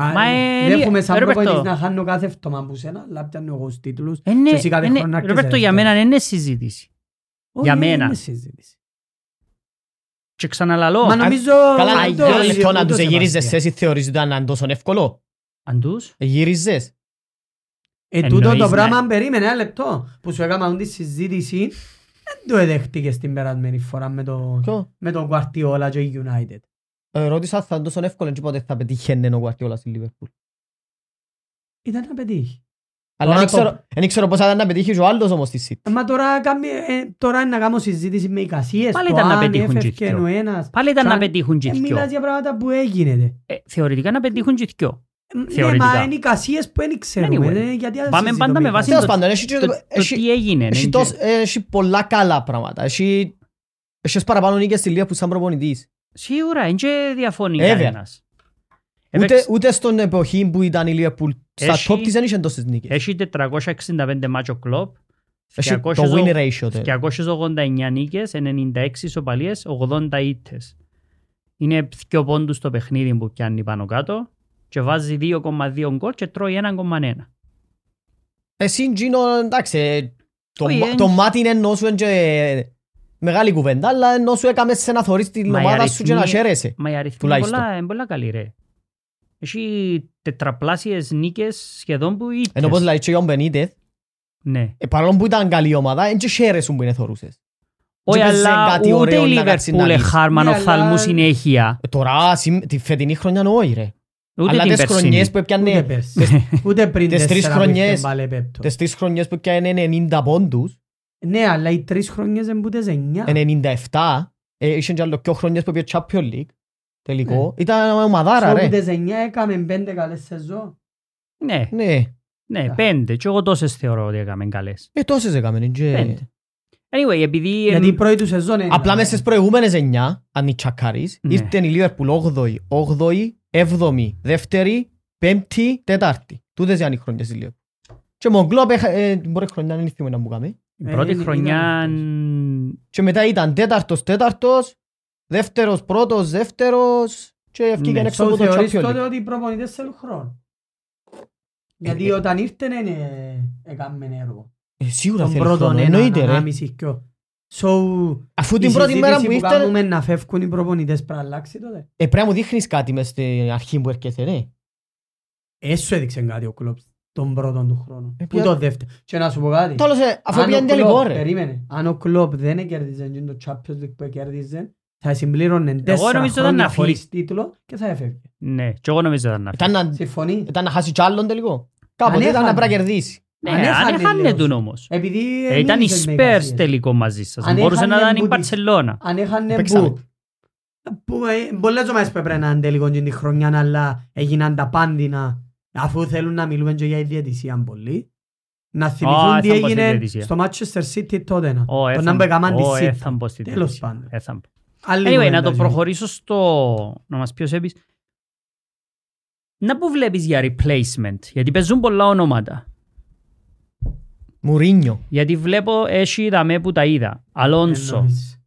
Α, Μα, ε, δεν ε, έχουμε σαν Ρόπερτο. προπονητής να χάνω κάθε εβδομάδα που σένα, αλλά πιάνω εγώ τους τίτλους. Είναι, και εσύ κάθε είναι, χρόνο να Ροπέρτο, αρκέζεσαι ναι. για τώρα. μένα δεν είναι συζήτηση. Όχι, Για δεν μένα. είναι συζήτηση. Και ξαναλαλώ, Μα αν- νομίζω... Καλά, δεν το- για ένα λεπτό να δεν το τους σε εγύριζες βάζει. εσύ θεωρείς ότι ήταν τόσο εύκολο. αν τους... Εγύριζες. Ε, τούτο Εννοείς, το ναι. πράγμα περίμενε ένα λεπτό που σου έκανα τη συζήτηση δεν το εδέχτηκες την περασμένη φορά με το, Ποιο? με τον Guardiola και η United. Ε, Ρώτησα θα είναι τόσο εύκολο και πότε θα πετύχαινε ο Γκουαρτιόλα στη Λίβερπουλ. Ήταν να πετύχει. Αλλά Τώρα δεν το- ξέρω- δεν ξέρω πώς θα ήταν να πετύχει ο άλλος όμως στη City. Μα τώρα, κάμι- ε, τώρα είναι να κάνω συζήτηση με εικασίες. Πάλι το ήταν να αν πετύχουν έφευκε και οι δυο. ο ένας. Πάλι ήταν Σαν- να πετύχουν και Ε, οι δυο. μιλάς για πράγματα που έγινε. Ε, Θεωρητικά να πετύχουν και οι δυο. Ναι, Θεωρητικά. μα είναι εικασίες που δεν ξέρουμε. Anyway. ε, γιατί να Πάμε συζητούμε πάντα με βάση εικασίες. Τέλος το- πάντων, έχει Ε, και- Το- Το έχει- τι έγινε. ναι, Έχει, είναι τόσ, και- έχει πολλά καλά πράγματα. Έχει, έχεις παραπάνω νίκες στη Λία που σαν προπονητής. Σίγουρα, δεν και διαφωνεί Βέβαια. κανένας. Ούτε, Έπαιξε- ούτε στον εποχή που ήταν η Λίβερπουλ στα Ε, Έχει- top της δεν είχε τόσες νίκες. Έχει 465 μάτσο κλόπ, Έχει το 200 win ratio. τε. 289 νίκες, 96 ισοπαλίες, 80 ήττες. Είναι πιο πόντους το παιχνίδι που πιάνει πάνω κάτω και βάζει 2,2 γκολ και τρώει 1,1. Εσύ Τζίνο, Ε, εντάξει, ε, το, Όχι, μα- εν- το μάτι είναι ενώ σου είναι και μεγάλη κουβέντα, αλλά ενώ σου έκαμε σε να θωρείς την Μα οι ομάδα σου και να αριθμοί- χαίρεσαι. Μα η αριθμή είναι Τουλάχιστον. πολλά, είναι πολλά καλή ρε. Έχει τετραπλάσιες νίκες σχεδόν που ήττες. Ενώ πως λέει και ο Μπενίτεθ, Ναι. ε, παρόλο που ήταν καλή ομάδα, δεν και χαίρεσουν που είναι θωρούσες. Όχι, παίζει αλλά κάτι ούτε ωραίο η να κάτσεις να Λίβερπουλ δεις. χάρμαν Ναι, ο αλλά- θάλμου συνέχεια. Ε, Τώρα, συμ- τη φετινή χρονιά όχι ρε. Ούτε Αλλά την τις περσινή. χρονιές που Ούτε έπιανε, πέρσι. Ούτε πριν τις Ναι. τρεις τέσσερα που χρονιές. ήρθε πάλι πέπτο. τις τρεις χρονιές που έπιανε 90 πόντους, Ναι, αλλά οι τρεις χρονιές δεν πούτες εννιά. 97, ε, είχε και άλλο πιο χρονιές που πήγε Champions League, τελικό. Ναι. Ήταν ομαδάρα, Στο ρε. πούτες εννιά έκαμε πέντε καλές σεζόν. Ναι, Ναι, ναι, πέντε. Και εγώ τόσες θεωρώ ότι έκαμε καλές. ε, τόσες έκαμε. είναι και- Πέντε. Anyway, επειδή... Γιατί η πρώτη του σεζόν είναι. Απλά μες στις προηγούμενες εννιά, αν η τσακάρεις, Ναι. ήρθε η Λίβερπουλ 8η, 8η, 7η, δεύτερη, πέμπτη, τετάρτη. Τούτες ήταν οι χρονιές της Λίβερπουλ. Και με τον Κλόπ, έχα- ε, την πρώτη χρονιά δεν θυμούμε να μου κάνει. Η Ε, πρώτη είναι- χρονιά... Και μετά ήταν τέταρτος, τέταρτος, δεύτερος, πρώτος, δεύτερος και ευκήγαν Ναι, έξω So, από το θεωρείς Champions τότε League. ότι οι προπονητές θέλουν χρόνο. Γιατί ε. όταν ήρθαν έκαμε έργο. Ε, Σίγουρα Τον θέλει πρώτον χρόνο, έναν, εννοείται, ρε. ανάμιση πιο. So, Αφού η την πρώτη μέρα συζήτηση που που ήρθαν, κάνουμε να φεύγουν οι προπονητές πρέπει να αλλάξει τότε. Ε, πρέπει να μου δείχνεις κάτι μες στην αρχή που έρχεσαι, ρε. Έσου έδειξε κάτι ο Κλόπ τον πρώτον του χρόνου. Ε, Πού πια- το δεύτερο. Και να σου πω κάτι. Τέλος, ε, αφού Αν ο πήγαν τελικό, Κλοπ- ρε. Περίμενε. Αν ο Κλόπ δεν έκερδιζε το Champions League που έκερδιζε, θα συμπλήρωνε νομίζω τέσσερα ήταν να χρόνια φύγει. χωρίς τίτλο και θα έφευγε. Ναι, και εγώ νομίζω ήταν να Ήταν να, Συμφωνεί. ήταν να χάσει κι άλλον τελικό. Κάποτε Αν ήταν να έχανε. πρέπει να κερδίσει. Ναι, αν αν έχανε έχανε λίγο. τον όμως. Επειδή Ε, Ήταν η μίλησες με Spurs εικασίες. τελικό μαζί σας. Αν Μπορούσε να έχανε ήταν η που της- Μπαρτσελώνα. Αν έχανε Παίξαμε. που. που, ε, Πολλές ομάδες που έπρεπε να είναι τελικό την χρονιά, αλλά έγιναν τα πάντινα. Αφού θέλουν να μιλούμε και για η διαιτησία πολύ. Να θυμηθούν Α, ε, τι θα πω στη έγινε διαιτησία. στο Manchester City τότε. να. Ω, Το έθαμπο- να μπεκαμάν της ω, City. έθαμπος στη Τέλος διαιτησία. πάντων. Έθαμπο. Άλλη Anyway, κουβέντα να το και- προχωρήσω στο... Να μας πει ο Σέμπης. Να που βλέπεις για replacement, γιατί παίζουν πολλά ονόματα. Μουρίνιο. Γιατί βλέπω έχει δαμέ που τα είδα. Αλόνσο, Εννοείς.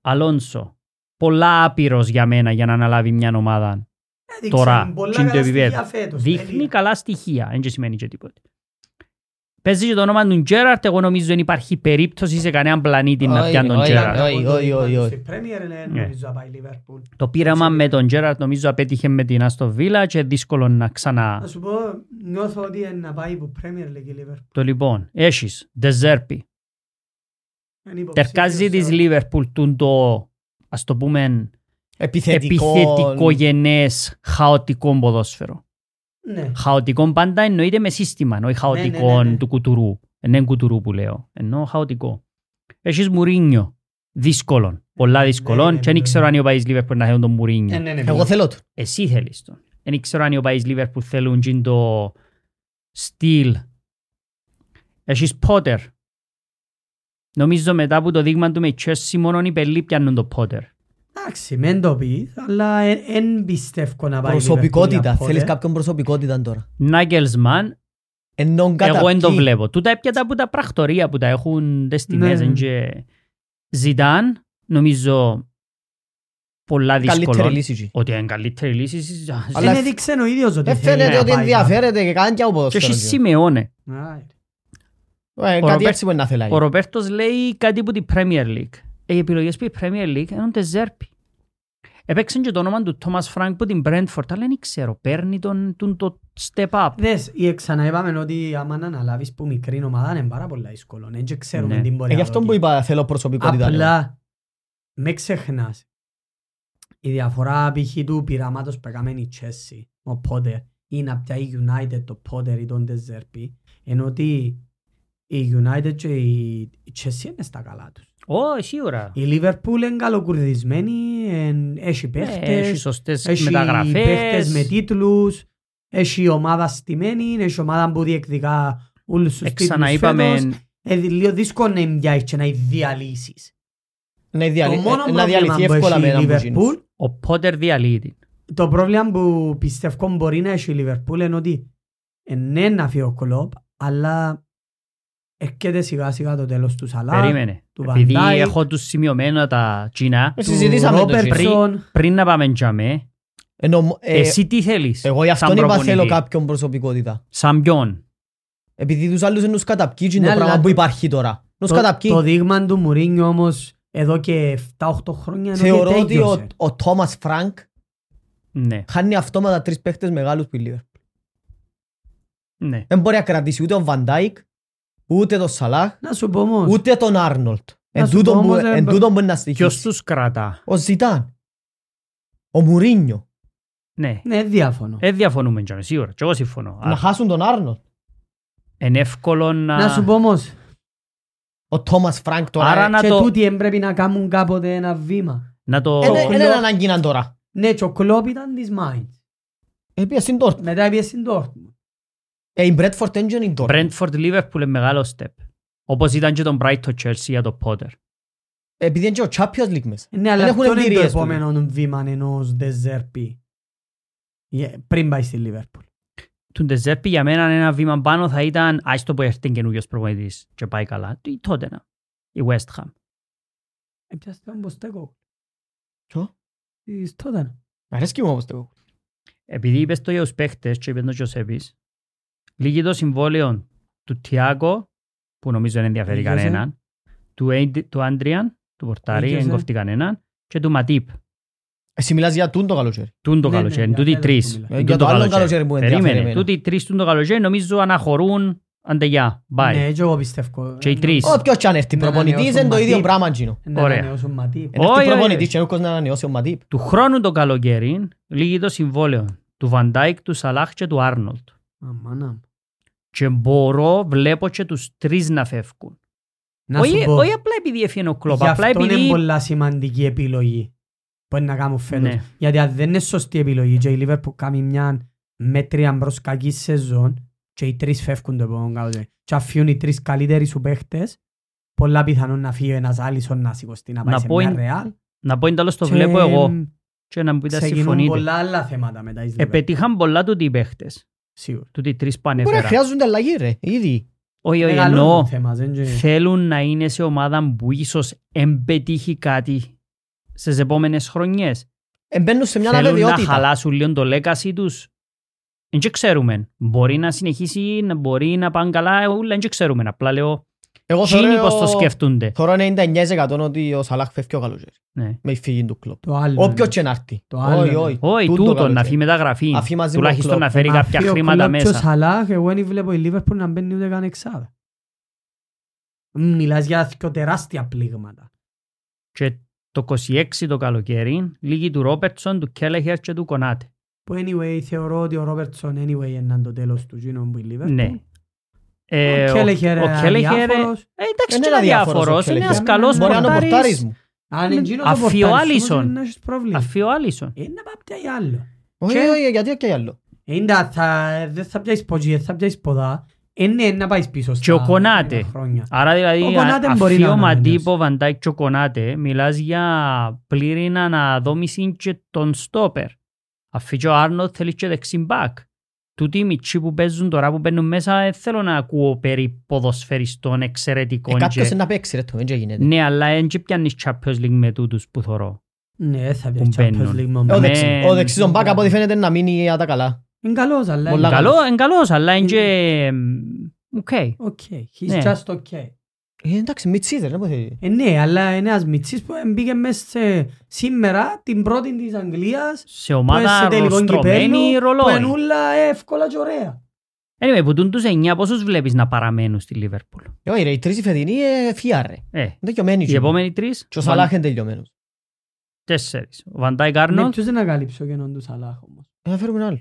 Αλόνσο. Πολλά άπειρος για μένα για να αναλάβει μια ομάδα. Έδειξε Τώρα, πολλά τσιν το καλά επίπεδο. στοιχεία φέτος, Δείχνει τέλεια. καλά στοιχεία, δεν και σημαίνει και τίποτε. Παίζει και το όνομα του Γκέραρτ, εγώ νομίζω δεν υπάρχει περίπτωση σε κανέναν πλανήτη να Όχι, πιάνει τον όχι, Γκέραρτ. όχι. όι, όι. Στην Premier League Ναι. νομίζω να πάει η Liverpool. Το πείραμα με τον Γκέραρτ νομίζω απέτυχε με την Αστον Βίλα και δύσκολο να Να ξανά... σου πω, νιώθω ότι είναι να πάει που Premier League η Liverpool. Το λοιπόν, έχεις, Δεζέρπι, Είναι υποψήφιος τερκάζει σε της όλα. Λίβερπουλ τούν το, ας το πούμε, Επιθετικό. επιθετικό γενές χαοτικό ποδόσφαιρο. Ναι. Χαοτικό πάντα εννοείται με σύστημα, όχι χαοτικό ναι, ναι. του κουτουρού. Εν εν κουτουρού που λέω. Εννοώ χαοτικό. Έχεις Μουρίνιο. Δύσκολον. Πολλά δύσκολον. ναι, και δεν ναι. ξέρω αν οι οπαδείς Λίβερπουλ να θέλουν τον Μουρίνιο. Ε, ναι, ναι, Εγώ θέλω το. Εσύ θέλεις τον. Δεν ξέρω αν οι οπαδείς Λίβερπουλ θέλουν τζιν το στυλ. Έχεις Πότερ. Νομίζω μετά από το δείγμα του με Chelsea μόνο οι πελοί πιάνουν το Πότερ. Εντάξει, μεν το πεις, αλλά δεν πιστεύω να πάει η Liverpool Προσωπικότητα. να Θέλεις πόδε. κάποιον προσωπικότητα τώρα. Νάγκελσμαν, Ενώ κατά εγώ δεν το ποιοι- βλέπω. Τούτα έπιατα από τα πρακτορία που τα έχουν τις τιμές. Ναι, ναι. εν Και... Ζητάν, νομίζω πολλά Καλύτερη δύσκολο. Ε, λύση. εκεί. Ότι είναι καλύτερη λύση. ζα- Αλλά- Δεν έδειξε ο ίδιος ότι Δεν θέλει φαίνεται να ότι ναι, πάει. ενδιαφέρεται και κάνει και από Και έχει ποδόσφαιρο. Σιμεώνε. Α, Ο Ε, Κάτι Ρομπέρ- έτσι μπορεί να θέλει. Ο Ροπέρτος λέει κάτι από την Premier League. Ε, Οι επιλογές που η Premier League είναι τεζέρπι. Έπαιξαν και το όνομα του Thomas Frank που την Brentford, αλλά δεν ξέρω, παίρνει τον, τον, το step up. Δες, ή ξαναείπαμε ότι άμα να αναλάβεις που μικρή ομάδα είναι πάρα πολλά δύσκολο. Δεν και ξέρουμε Ναι. τι Ε, μπορεί Γι' να αυτό δώσει. που είπα θέλω προσωπικότητα. λέω. Απλά, με ξεχνάς. Η διαφορά π.χ. του πειράματος που έκαμε η Chelsea, ο Potter, ή να πια η United, το Potter ή τον Deserpi, ενώ ότι η United και η η Chelsea είναι στα καλά τους. Ω, σίγουρα. Η Liverpool είναι καλοκουρδισμένη, εν- έχει Ε, παίχτες, Έχει σωστές έχει παίχτες μεταγραφές. με τίτλους, έχει ομάδα στημένη, έχει ομάδα που διεκδικά όλους τους Ε, τίτλους Ξαναείπαμε, φέτος. Ε, δι- λίγο δύσκολο είναι μια και να διαλύσεις. Να Το διαλυ- μόνο ε, να διαλυθεί πρόβλημα εύκολα που με έχει η έναν Μπουτζίνος. Λιβερπούλ, ο Πότερ διαλύτη. το πρόβλημα που πιστεύω μπορεί να έχει η Λιβερπούλ είναι ότι ε, ναι να φύγει ο Κλόπ, αλλά έρχεται σιγά σιγά το τέλος του Σαλά, Περίμενε. του Επειδή Van Dijk, έχω τους σημειωμένα τα κοινά, Ε, του Συζητήσαμε το πριν. Ρόπερτσον. πριν να πάμε τζαμέ, Ενώ, ε, εσύ τι θέλεις Εγώ γι' αυτόν σαν είπα θέλω προπονητή? κάποιον προσωπικότητα. Σαν ποιον. Επειδή τους άλλους δεν τους καταπκεί και είναι Ναι, το πράγμα αλλά που το- υπάρχει τώρα. Τους Το- Το καταπκεί. δείγμα του Μουρίνιο όμως εδώ και 7-8 χρόνια είναι ε. Θεωρώ ότι ο- τέλειωσε. ο Τόμας Φρανκ Ναι, χάνει αυτόματα τρεις παίχτες μεγάλους που η Λίβερπουλ. ναι. Δεν μπορεί να κρατήσει ούτε τον Βαντάικ, ούτε τον Σαλάχ, Να σου πω όμως, ούτε τον Άρνολτ. Να Εν σου τούτον πω που- όμως, ε, εν τούτον μπορεί να Ποιος στοιχείς. τους κρατά. Ο Ζιτάν. Ο Μουρίνιο. Ναι. ναι διάφωνο. Ε, διαφωνούμε τζάμε, σίγουρα. Και εγώ συμφωνώ. Να χάσουν τον Άρνολτ. Είναι εύκολο να... Να σου πω όμως, Ο Τόμας Φρανκ τώρα. Άρα ε, να και το... τούτοι εν πρέπει να κάνουν κάποτε ένα βήμα. Να το... ε, ε, Κλοπ. ε, Είναι ανάγκη να τώρα. Ναι, και ο Κλόπ ήταν της Mainz. Ε, πήγε στην Dortmund. Μετά πήγε στην Dortmund. Ε, η Brentford δεν είναι η Dortmund. Brentford Liverpool είναι μεγάλο step. Όπως ήταν και τον Brighton Chelsea για τον Potter. Επειδή είναι και ο Champions League μέσα. Ναι, αλλά έχουν αυτό είναι το εμπειρίες του. επόμενο βήμα ενός Deserpi. Πριν πάει στη Λίβερπουλ. Τον Τεζέρπη για μένα ένα βήμα πάνω θα ήταν άστο που έρθει καινούριος προπονητής και πάει καλά. Ή τότε να. Η West Ham. Έπιασε Ε, τον Ποστέκο. Ποιο? Της τότε. Μ' αρέσκει μου όμως το Επειδή είπες το για τους παίχτες και είπες το Τζοσέπης, λύγει το συμβόλαιο του Τιάκο, που νομίζω δεν ενδιαφέρει Λίγιωσε. κανέναν, του, Έντ- του Άντριαν, του Πορτάρι, Λίγιωσε. δεν κοφτεί κανέναν, και του Ματίπ. Εσύ μιλάς Ε, για τούν το καλοκαίρι. Ε, Τούν το Ναι, ναι, καλοκαίρι, για τούτοι τέλος τρεις. που μιλάμε. Ε, τούν Για το άλλο καλοκαίρι που ενδιαφέρει Περίμενε, εμένα. τούτοι τρεις τούν το καλοκαίρι νομίζω αναχωρούν αντεγιά, Ναι, bye. και εγώ πιστεύω. Και οι τρεις. Όποιος και αν έρθει, Να προπονητής ανανεώσουν είναι το ίδιο Ματίπ. πράγμα γίνο. Να Ωραία. ανανεώσουν Ματίπ. Είναι Όχι, έρθει όχι, προπονητής όχι. και νέος να ανανεώσει ο Ματίπ. Του χρόνου το καλοκαίρι λύγει το συμβόλαιο του Βαντάικ, του Σαλάχ και του Άρνολτ. Αμάνα. Και μπορώ, βλέπω και τους τρεις να φεύγουν. Να Όχι ε, σου πω. όχι απλά επειδή έφυγε ο Κλόπ, Γι' απλά αυτό είναι επειδή πολλά σημαντική επιλογή που είναι να κάνουν φέτος. Ναι. Γιατί αν δεν είναι σωστή επιλογή και η Λίβερπουλ κάνει μια μέτρια προς κακή σεζόν και οι τρεις φεύγουν το επόμενο καλοκαίρι. Και αφιούν οι τρεις καλύτεροι σου παίχτες, πολλά πιθανόν να φύγει ένας Άλισον να σηκωστεί να πάει Να σε πω μια εν- Ρεάλ. Να πω είναι τέλος το Και, βλέπω εγώ εμ, και να μου πείτε Ξεκινούν συμφωνείτε. πολλά άλλα θέματα μετά εις Λίβερπουλ. Επετύχαν πολλά τούτοι οι παίχτες, Σίγουρα. τούτοι τρεις που Μπορεί να ανέφερα. χρειάζονται αλλαγή ρε, ήδη. Όχι, όχι, Μεγαλώνουν Ε, Ε. εννοώ θέμα, δεν και- θέλουν να είναι σε ομάδα που ίσως εμπετύχει κάτι στις επόμενες χρονιές. Ε, μπαίνουν σε μια Θέλουν να αβεβαιότητα. χαλάσουν λίγο το legacy τους. Εν και ξέρουμε. Μπορεί να συνεχίσει, να μπορεί να πάνε καλά, όλα εν και ξέρουμε. Απλά λέω, Εγώ τσίνοι πώς το θεωρώ- σκεφτούνται. θεωρώ 99% ότι ο Σαλάχ φεύγει ο καλοκαίρι. Ναι. Με η φυγή του κλοπ. Το άλλο. Όποιος και να έρθει. Το άλλο Όχι, είναι. όχι. Όχι, Τούτο τούτο, να καλοκαίρι. φύγει μεταγραφή. Αφή μαζί με Τουλάχιστον τον να Κλοπ. φέρει Μα κάποια φύγει ο χρήματα Κλοπ και ο μέσα. Σαλάχ, εγώ δεν βλέπω η Λίβερπουλ να μπαίνει ούτε καν εξάδα. Μ, Μιλάς για δυο τεράστια πλήγματα. Και Το 26 το καλοκαίρι, λίγη του Ρόπερτσον, του Κέλεχερ και του Κονάτε. Που anyway θεωρώ ότι ο Ρόπερτσον anyway είναι το τέλος του γίνον που η Liverpool. Ναι. Ε, Ο Κέλεχερ ο Κέλεχερ- αδιάφορος. Ε, εντάξει, Είναι είναι αδιάφορος ο αδιάφορος. Είναι Κέλεχερ. ένας καλός Μπορεί να είναι ο πορτάρης. μου. Αν Ναι. είναι γίνον το Αφιό πορτάρι, Άλισον. σίγουρα να έχεις πρόβλημα. Αφιό Άλισον. Ε, να πάει πια ή άλλο. Όχι, Και- όχι, γιατί όχι άλλο. Ε, εντά, θα- Δεν θα πιάσεις ποτζί, δεν θα πιάσεις ποδά. Ε, ναι, να πάεις πίσω Και ο στα Κονάτε. πρώτα χρόνια. Άρα Ο δηλαδή Κονάτε α- μπορεί να αφιώμα αναμενείς. τύπο Βαντάκ και ο Κονάτε μιλάς για πλήρη αναδόμηση και τον στόπερ. Αφού και ο Άρνοτ θέλει και δεξιμπάκ. Τούτοι οι μητσοί που παίζουν τώρα που μπαίνουν μέσα δεν θέλω να ακούω περί ποδοσφαιριστών Ε, εξαιρετικών. Κάποιος και- είναι να παίξει ρε το, δεν γίνεται. Ναι, αλλά δεν και πιάνεις Champions League με τούτους που θωρώ. Ναι, θα Που πιάσεις Champions μπαίνουν. League Ο μόνο. Ναι. δεξι- Ο δεξιός μπακ από ό,τι φαίνεται να μείνει άτα καλά. Είναι καλός, αλλά... Πολλά είναι- Καλός, είναι καλός, αλλά Ε, είναι και... Οκ. Οκ, Ναι. he's just okay. Ε, εντάξει, μη τσίδερ, δεν μπορείς. Ε, ναι, αλλά είναι ένας μητσής που μπήκε μέσα σε... σήμερα την πρώτη της Αγγλίας Σε που είναι σε ομάδα τελικό ρωστρωμένη κυπέλλου που είναι ρολόι. όλα εύκολα και ωραία. Anyway, που τούν τους εννιά πόσους βλέπεις να παραμένουν στη Λίβερπουλ. Ε, Όχι ρε, οι τρεις οι φετινοί ε, φύγαν, ρε. Είναι Ε, τελειωμένοι. οι επόμενοι τρεις. Και ο Σαλάχ είναι τελειωμένος. Τέσσερις. Ο Βαντάικ Ναι, Άρνολτ. ποιος δεν αγαλύψει ο κενόν του Σαλάχ όμως. Ε, Να φέρουμε άλλο.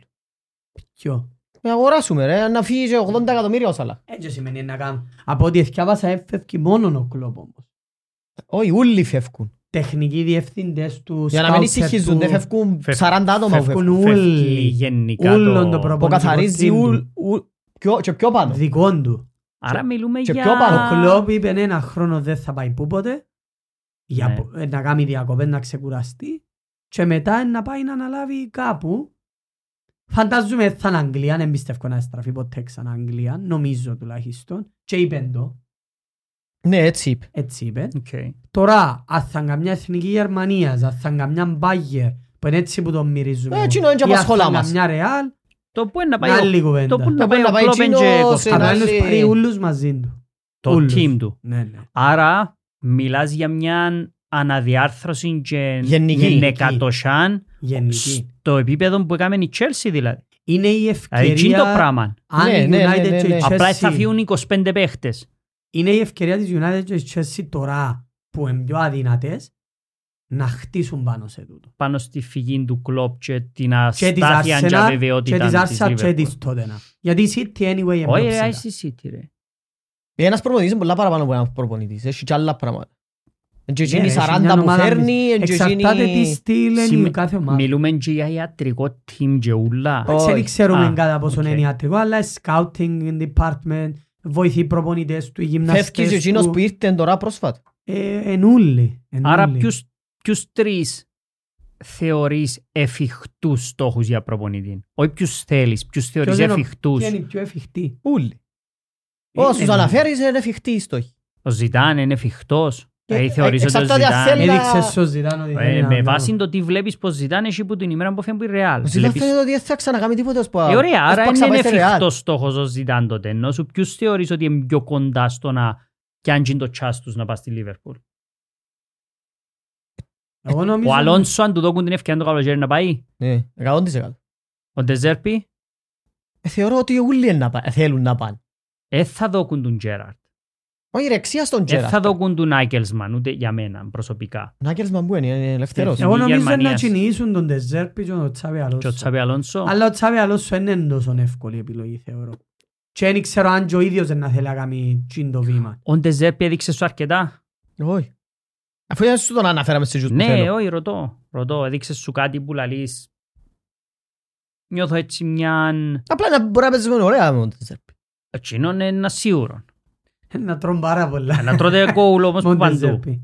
Ποιο. Να αγοράσουμε ρε, να φύγει σε 80 εκατομμύρια ο Σαλάχ. Έτσι σημαίνει να κάνω. Από ό,τι εθιάβασα έφευκε μόνο ο κλόπ όμως. Όχι, όλοι φεύγουν. Τεχνικοί διευθύντες του Για να μην σκάουτερ ησυχίζουν, του- δεν φεύγουν Φεύγουν. 40 άτομα που φεύγουν. φεύγουν Φεύγει όλοι. γενικά το- ούλον το προπονητικό Που καθαρίζει team του. ουλ- ουλ- πιο- και πιο πάνω. Δικών του. Άρα μιλούμε και για... πιο πάνω. Ο Κλόπ είπε «Ναι, ένα χρόνο δεν θα πάει πού ποτέ για Ναι. πο- ε, να κάνει διακοπές να ξεκουραστεί και μετά να πάει να αναλάβει κάπου. Φαντάζομαι θα είναι Αγγλία, δεν πιστεύω να στραφεί ποτέ ξανά Αγγλία, νομίζω τουλάχιστον. Και είπε το, Ναι, έτσι είπε. έτσι είπε. Οκ. Τώρα, αν θα είναι καμιά εθνική Γερμανίας, αν θα είναι καμιά Μπάγερ, που είναι έτσι που τον μυρίζουμε. Ε, εκείνο είναι και Ή αν απασχόλα θα είναι μας. καμιά Ρεάλ, Το που είναι να πάει είναι άλλη ο- το κουβέντα. που είναι Το να πάει ο που είναι να πάει Κλόπ είναι εκείνος, και ε, κοστίζει. Αλλά είναι άλλη- πάρει ούλους μαζί του. Το ούλους. team του. Ναι, ναι. Άρα μιλάς για μια αναδιάρθρωση και Γενική. γενεκατοσάν Γενική. στο επίπεδο που έκαμε η Chelsea δηλαδή. Είναι η Δηλαδή τι είναι το ευκαιρία πράγμα. αν Ναι, η ναι, ναι, United ναι, και ναι. η Απλά θα Chelsea- φύγουν 25 παίχτες. Είναι η ευκαιρία της United και της Chelsea τώρα που είναι πιο αδυνατές να χτίσουν πάνω σε τούτο. πάνω στη φυγή του Κλόπ και την Και της αστάθεια και Arsenal και αβεβαιότητα της της Arsenal και Liverpool. της Tottenham. Γιατί η City anyway είναι πιο Όχι ρε, ψηλά. η City ρε. Ένας προπονητής είναι πολλά παραπάνω από ένας προπονητής. Έχει και άλλα πράγματα. Εν και Ναι, εκείνη η έχει 40 μια που ομάδα φέρνει, εν και Εξαρτάται εκείνη- τι στυλ είναι Συμμε- η κάθε ομάδα. Μιλούμε και για ιατρικό team και ούλα. Εντάξει, Όχι. Δεν ξέρουμε Α, κατά πόσο οκ. είναι ιατρικό, αλλά scouting department, βοηθεί οι προπονητές του, οι Φεύγει και γυμναστές εκείνος που του. ήρθε τώρα πρόσφατα. Ε, Εν ούλοι. εν Άρα ούλοι. ποιους, ποιους τρεις θεωρείς εφικτούς στόχους για προπονητή. Όχι ποιους θέλεις, ποιους θεωρείς είναι ο- εφικτούς. Ποιοι είναι οι πιο Ε, εφικτοί. Όλοι. Όσους Είναι- ναι. αναφέρεις ε, είναι εφικτή η στόχη. Ο Ζητάν είναι εφικτός. Δηλαδή ε, θεωρείς ότι ο εξαρτάται αν Ζητάν... θέλει να- Έδειξε στο Ζητάν ότι θέλει Ε, να Με ανέβει. βάση το τι βλέπεις πως Ζητάν έχει που την ημέρα που φεύγει η Ρεάλ. Ο Ζήλας φαίνεται ότι δεν ε, θα ξανακάμει τίποτα ως που- Ε, ωραία, άρα ως που δεν είναι ξαπάει στη Real. εφικτός στόχος ο Ζητάν τότε. Ενώ σου ποιους θεωρείς ότι είναι πιο κοντά στο να πιάνει το τσάς τους να πάει στη Λίβερπουλ. Εγώ νομίζω... Ο Αλόνσο αν του δώκουν την ευκαιρία το καλοκαίρι να πάει. Ναι, 100%. Ο Ντεζέρπι Ε, Θεωρώ ότι όλοι είναι να πά- θέλουν να πάνε. δεν ε, θα δώκουν τον Τζέραρτ. Όχι ρε, εξία στον Δεν Ε, θα Τζέραρτ. δώκουν τον Νάικελσμαν ούτε για μένα προσωπικά. Ο Νάκελσμαν που είναι, είναι ελευθερός. Ε, Εγώ νομίζω να Γερμανίας. κυνηγήσουν τον Τεζέρπη και τον Τσάβη Και ο Αλόσο. Τσάβι Αλόνσο. Αλλά ο Τσάβη Αλόσο είναι εντός εύκολη επιλογή θεωρώ. Και δεν ξέρω αν και ο ίδιος δεν θέλει να κάνει τσιν το βήμα. Ο Ντεζέρπι έδειξε σου αρκετά. Όχι. Αφού είναι σου τον αναφέραμε στις γιους που Ναι, θέλω. όχι, ρωτώ. Ρωτώ, έδειξε σου κάτι που λαλείς. Νιώθω έτσι μιαν... Απλά να μπορεί να παίζουμε ωραία με τον Τζέρπι. Εκείνον είναι ένα σίγουρο. Ε, Να τρώνε πάρα πολλά. Ε, Να τρώτε κόουλο όμως Μόνο που παντού. Ντεζέρπη.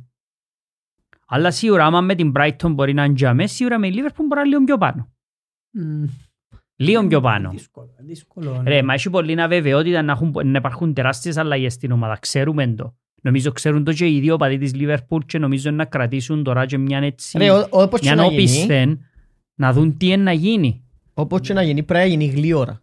Αλλά σίγουρα άμα με την Brighton μπορεί να είναι τζαμέ, σίγουρα με η Liverpool μπορεί να είναι λίγο πιο πάνω. Μμ. Λίγο πιο πάνω. Δύσκολο, Δύσκολο. ναι. Ρε, μα έχει πολλή αβεβαιότητα να, έχουν, να υπάρχουν τεράστιες αλλαγές στην ομάδα. Ξέρουμε το. Νομίζω ξέρουν το και οι δύο παδί της Liverpool και νομίζω να κρατήσουν τώρα και μια έτσι... Ρε, ο- όπως και μια να γίνει, όπισθεν να δουν τι είναι να γίνει. όπως και να γίνει, πρέπει να γίνει γλύωρα.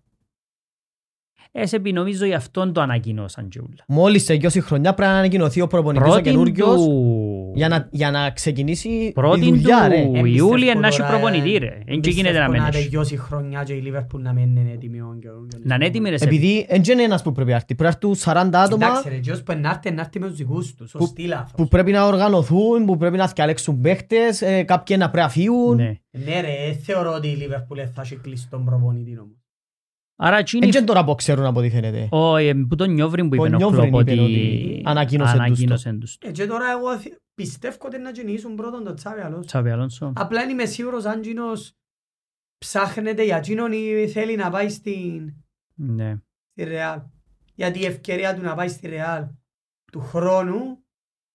Έσαι πει Ε, νομίζω γι' αυτόν το ανακοινώσαν και ούλα. Μόλις τελειώσει η χρονιά πρέπει να ανακοινωθεί ο προπονητής ο Πρώτην καινούριος. του Για να, για να ξεκινήσει η Πρώτην δουλειά, ρε. Ε, του Ιούλη να έχει προπονητή ρε. Εν και γίνεται να μένεις. ε, Να μένεις. τελειώσει η χρονιά και η Λίβερπουλ να μένει είναι έτοιμη. Να ναι, είναι έτοιμοι ρε σε Επειδή δεν είναι ένας που πρέπει να έρθει. Πρέπει να έρθουν 40 άτομα Εντάξει ρε, και ώσπου να έρθει, να έρθει με τους δικούς τους. Που- Σωστή λάθος. που πρέπει να οργανωθούν, που πρέπει να διαλέξουν παίχτες, ε, κάποιοι να πρέπει να φύγουν. Ναι. Ναι ρε, ε, θεωρώ ότι η Λίβερπουλ θα έχει κλείσει τον προπονητή όμως. Άρα εκείνη Εν Ε, και τώρα που ξέρουν από ό,τι φαίνεται. Ο, ε, που τον Νιόβριν που Ο είπε ο Νιόβριν Κλοπ είπε ότι ότι ανακοίνωσε τους το. τους το. Ε, και τώρα εγώ θυ- πιστεύω ότι να γεννήσουν πρώτον τον Τσάβη Αλόνσο. Τσάβι Αλόνσο. Απλά δεν είμαι σίγουρος αν γίνος ψάχνεται για γίνον ή θέλει να πάει στην Ναι. στη Ρεάλ. Γιατί η ευκαιρία του να πάει στη Ρεάλ του χρόνου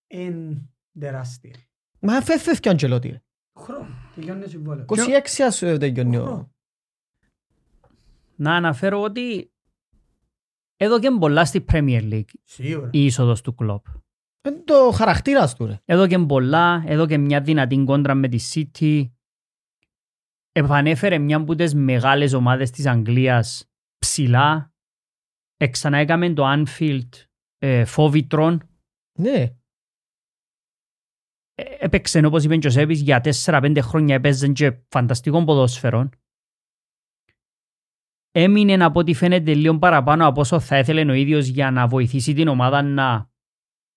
είναι τεράστια. Μα φεύγει και ο Αντζελότη. ρε. Του χρόνου, τελειώνει το συμβόλαιο. 26 ας ε, τελειώνει Του ο... χρόνου. Να αναφέρω ότι έδωκε πολλά στη Premier League Σίγουρα. η είσοδος του Κλοπ. Είναι Ε, το χαρακτήρας του ρε. Έδωκε πολλά, έδωκε μια δυνατή κόντρα με τη City. Επανέφερε μια από τις μεγάλες ομάδες της Αγγλίας ψηλά. Εξανά έκαμε το Anfield ε, φόβητρον. Ναι. Ε, έπαιξε όπως είπε ο Τζοσέπης για 4-5 χρόνια έπαιζε και φανταστικό ποδόσφαιρο. Έμεινε από ό,τι φαίνεται λίγο παραπάνω από όσο θα ήθελε ο ίδιος για να βοηθήσει την ομάδα να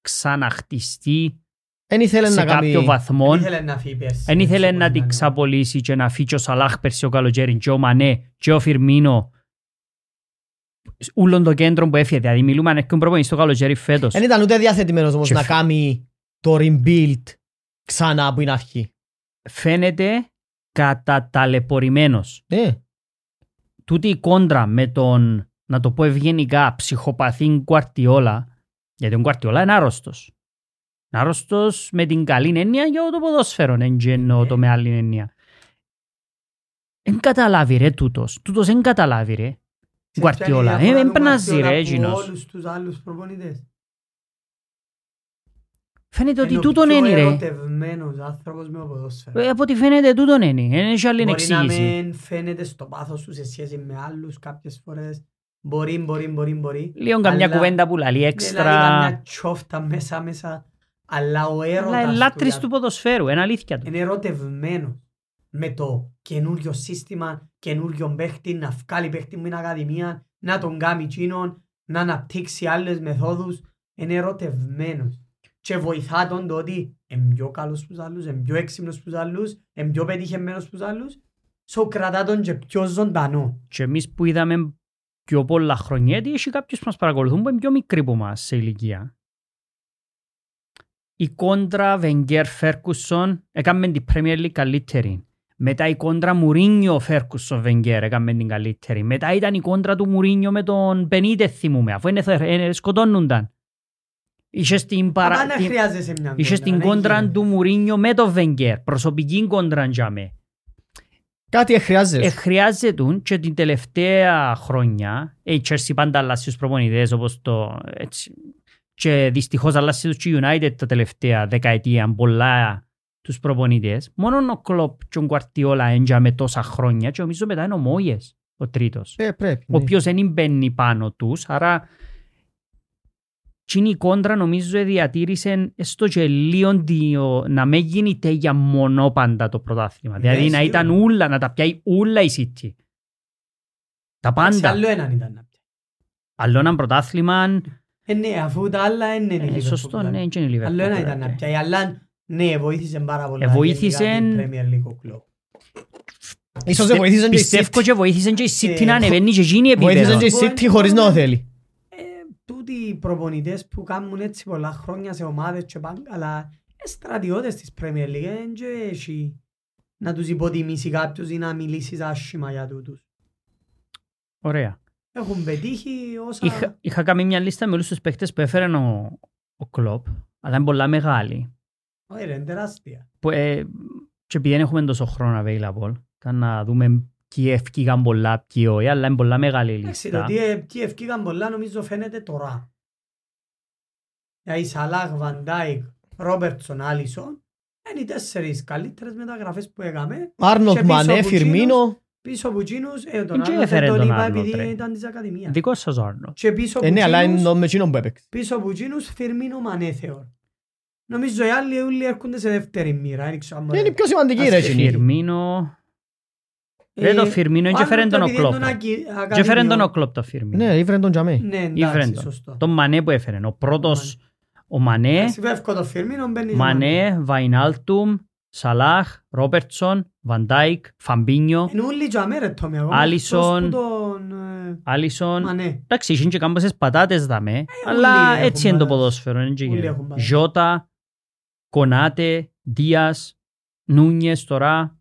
ξαναχτιστεί Εν ήθελε σε να κάποιο κάνει... βαθμό. Δεν ήθελε να φύγει πέρσι. Εν ήθελε Έτσι, να όπως την ξαπολύσει και να φύγει ο Σαλάχ πέρσι ο καλοκαίρι και ο Μανέ και ο Φιρμίνο ούλον το κέντρο που έφυγε. Δηλαδή μιλούμε αν έρχεται προπονητής στο καλοκαίρι φέτος. Δεν ήταν ούτε διαθετημένος όμως Και να φ- κάνει το rebuild ξανά από την αρχή. Φαίνεται καταταλαιπωρημένος. Ναι. τούτη η κόντρα με τον, να το πω ευγενικά, ψυχοπαθή Γκουαρτιόλα, γιατί ο Γκουαρτιόλα είναι άρρωστος. Είναι άρρωστος με την καλή εννοία για το ποδόσφαιρο, εν και εννοώ το με άλλη εννοία. Εν καταλάβει ρε τούτος, τούτος εν καταλάβει ρε. Ξέρεις ποια είναι η Γκουαρτιόλα, διαφορά δεν του περνάζει Guardiola ρε από εκείνος. όλους τους άλλους προπονητές. Φαίνεται ότι Είναι ο τούτον πιο είναι ρε. ερωτευμένος άνθρωπος με το ποδόσφαιρο. Ε, Από ό,τι φαίνεται τούτον είναι, δεν έχει άλλη Μπορεί να εξήγηση. μην φαίνεται στο πάθος του σε σχέση με άλλους κάποιες φορές. Μπορεί, μπορεί, μπορεί, μπορεί. Λίγο καμιά αλλά- κουβέντα που λαλεί Δηλαδή έξτρα. καμιά τσόφτα μέσα μέσα. Αλλά ο έρωτας Αλλά του, ελάτρης για- του ποδοσφαίρου, είναι αλήθεια του. είναι ερωτευμένος με το καινούριο σύστημα, καινούριο παίχτη, να βγάλει παίχτη με την ακαδημία, να τον κάνει τσίνον, να αναπτύξει άλλες μεθόδους. Είναι ερωτευμένος. Και βοηθά τον το ότι είναι πιο καλός στους άλλους, είναι πιο έξυπνος στους άλλους, είναι πιο πετυχεμένος στους άλλους. So κρατά τον και πιο ζωντανό. και εμείς που είδαμε πιο πολλά χρόνια, γιατί έχει κάποιους που μας παρακολουθούν που είναι πιο μικροί από εμάς σε ηλικία. Η κόντρα Βενγκέρ Φέρκουσον έκαμε την Premier League καλύτερη. Μετά η κόντρα Μουρίνιο Φέρκουσον Βενγκέρ έκαμε την καλύτερη. Μετά ήταν η κόντρα του Μουρίνιο με τον Πενίτε θυμούμε, αφού είναι, είναι, σκοτώνονταν. Είχες την, παρα... Αλλά να την- χρειάζεσαι μια είχες την δεν κόντρα γίνεται. του Μουρίνιο με τον Βενγκέρ, προσωπική κόντρα για μέ. Κάτι χρειάζεται. Ε, χρειάζεται ουν και την τελευταία χρόνια ε, η Chelsea πάντα αλλάζει τους προπονητές όπως το έτσι. Και δυστυχώς αλλάζει τους και η United τα τελευταία δεκαετία πολλά τους προπονητές. Μόνο ο Κλοπ και ο Γκουαρτιόλα έντιαμε τόσα χρόνια και νομίζω μετά είναι ο Μόγιες ο τρίτος. Ε, πρέπει. Ο ναι. οποίος δεν μπαίνει πάνω τους, άρα και η κόντρα νομίζω διατήρησε έστω και λίγο διο- να μην γίνει τέγια μόνο πάντα το πρωτάθλημα. Ναι, δηλαδή να ισχύει. ήταν ούλα, να τα πιάει ούλα η City. Τα Σε πάντα. άλλο έναν ήταν να πει. Άλλο ένα πρωτάθλημα, Ε, ναι, αφού τα άλλα είναι η ε, Liverpool σωστό, που τα ναι, είναι και η Liverpool. Άλλο ένα ήταν τώρα, να και- πιάει, αλλά ναι, βοήθησε πάρα πολύ. Ε, βοήθησε- Premier League ο Κλόπ. Ίσως δεν βοήθησαν και η Πιστεύω City. και βοήθησε και η City Ε, να ανεβαίνει και γίνει Βοήθησαν επίπεδο. και η City χωρίς να το θέλει. Ε, τούτοι οι προπονητές που κάνουν έτσι πολλά χρόνια σε ομάδες και πάνε καλά, ε, στρατιώτες της Premier League, ε, και έχει να τους υποτιμήσει κάποιος ή να μιλήσεις άσχημα για τούτους. Ωραία. Έχουν πετύχει όσα... Είχα, είχα κάνει μια λίστα με όλους τους παίχτες που έφερε ο, ο Κλοπ, αλλά είναι πολλά μεγάλη. Όχι ρε, είναι τεράστια. που, ε, και επειδή δεν έχουμε τόσο χρόνο available, ήταν να δούμε ποιοι ευκήγαν πολλά, ποιοι όχι, αλλά είναι πολλά μεγάλη Εντάξει, λίστα. το τι, ε- τι ευκήκαν πολλά νομίζω φαίνεται τώρα. Δηλαδή Σαλάχ, Βαντάικ, Ρόμπερτσον, Άλισον, είναι οι τέσσερις καλύτερες μεταγραφές που έκαμε. Άρνοντ Και πίσω Μανέ, από Φιρμίνο. πίσω από εκείνους, ε, Και τον άλλο έφερε δεν τον τον είπα άλλον, επειδή ρε. ήταν της Ακαδημίας. Δικός σας ο Άρνο. Και πίσω από Ε, ναι, αλλά είναι εκείνους, το με εκείνον που έπαιξε. πίσω από εκείνους, Φιρμίνο Μανέ θεωρώ. Νομίζω οι άλλοι όλοι έρχονται σε δεύτερη μοίρα. Δεν ξέρω αν Είναι η μπορεί. πιο σημαντική ρε Ας εκείνη. Φιρμίνο. Ε, Δεν το Φιρμίνο, ο και φέρεν άλλος τον επειδή Οκλόπ. τον ακυ- Και έφερε τον ακαδημιό- Οκλόπ το Φιρμίνο. Ναι, ήβρε τον τζαμέ. Ναι, Ήφερεν εντάξει, τον. σωστό. Τον Μανέ που έφερε. Ο πρώτος, ο Μανέ, Εντάξει, βεύκω το Φιρμίνο, μπαίνεις Μανέ. Μανέ, Βαϊνάλτουμ, Σαλάχ, Ρόπερτσον, Βαντάικ, Φαμπίνιο, Είναι όλοι τζαμέ ρε Τόμι ακόμα. Άλισον. εκτός που τον, ε, Άλισον. Μανέ. Εντάξει, είχαν και κάμποσες πατάτες Ε, δαμέ, όλοι αλλά έχουν έτσι είναι το μπάλα. ποδόσφαιρο. είναι και Όλοι γίνεται. έχουν μπάλα. Ζώτα, Κονάτε, Δίας, Νούνιες τώρα.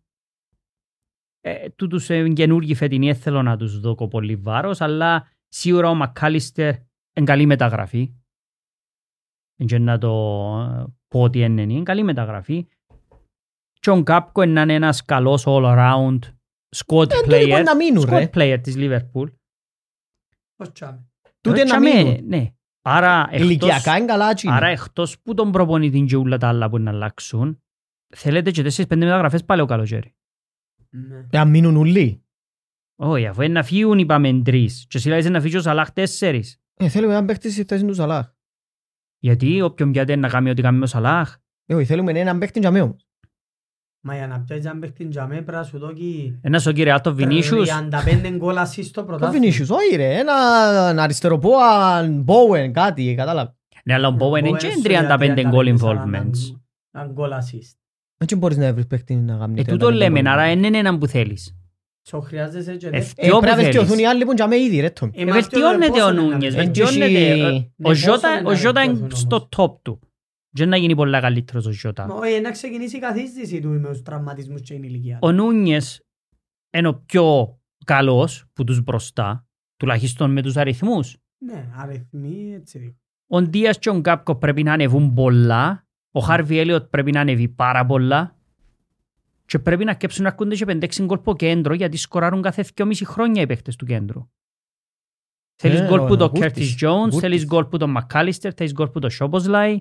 Ε, τούτους ε, καινούργιοι φετινοί δεν θέλω να τους δω πολύ βάρος, αλλά σίγουρα ο Μακάλιστερ είναι καλή μεταγραφή. Εν και να το ε, πω ότι είναι, είναι καλή μεταγραφή. Και ο Κάπκο είναι να είναι ένας καλός all-around squad Ε, τούτοι μπορεί player, να μείνουν squad ρε. player της Λίβερπουλ. Πώς τζαμέ. Τούτε να Ρωτήσαμε, μείνουν. Ναι. Άρα εκτός, Ηλικιακά είναι καλά άρα εκείνη. εκτός που τον προπονητή και όλα τα άλλα που να αλλάξουν, θέλετε και 4-5 μεταγραφές πάλι ο καλοκαίρι. Ναι. Να Ε, μείνουν ουλί. Όχι, αφού είναι να φύγουν είπαμε τρεις και εσύ να φύγει ο Σαλάχ τέσσερις. Ε, θέλουμε έναν παίχτη στη θέση του Σαλάχ. Γιατί όποιον πιάτε να κάνει ό,τι κάνει με ο Σαλάχ. Ε, όχι, θέλουμε έναν παίχτη τζαμέ όμως. Μα για να πιάσεις έναν παίχτη τζαμέ πρέπει να σου δώσει Ένας ο κυριάτο Βινίσιους. 35 γκολ ασίστ στο Το πρωτάθλημα. Βινίσιους, όχι ρε. Έναν αριστεροπόαν, Μπόουεν, κάτι, κατάλαβα. Ναι, αλλά ο Μπόουεν είναι και 35 goal involvements. Αν γκολ ασίστ. Δεν μπορείς να βρεις παίχτη να κάνει Ε, 30 τούτο λέμε, γκολ. άρα είναι έναν που θέλεις. Σο χρειάζεσαι και Ε, δεύτερη. Ε, πρέπει να που θέλεις. βελτιωθούν οι άλλοι που τζαμέ ήδη ρε Τόμι. Ε, Βελτιώνεται ο Νούνιες, Ε, βελτιώνεται. και- Ο Ναι, Ζώτα- πόσο είναι να Ο Ζώτα είναι βελτιωθούν στο όμως. top του. Δεν να γίνει πολλά καλύτερος ο Ζώτα. Μα Όχι, ε, να ξεκινήσει η καθίστηση του με τους τραυματισμούς και την ηλικία. ο Νούνιες είναι ο πιο καλός που τους μπροστά, τουλάχιστον με τους αριθμούς. Ναι, αριθμοί έτσι. Ο Ντίας και ο Γκάπκο πρέπει να ανεβούν πολλά, ο Χάρβι Έλιοτ πρέπει να ανεβεί πάρα πολλά και πρέπει να κέψουν να ακούνται και 5-6 γκολ από κέντρο γιατί σκοράρουν κάθε 2,5 χρόνια οι παίχτες του κέντρου. Θέλεις Ε, γκολ ο- που ο το Γκούρτις, Curtis Jones, Γκούρτις. θέλεις γκολ που το Μακάλιστερ, θέλεις γκολ που το Σόμποσλαϊ,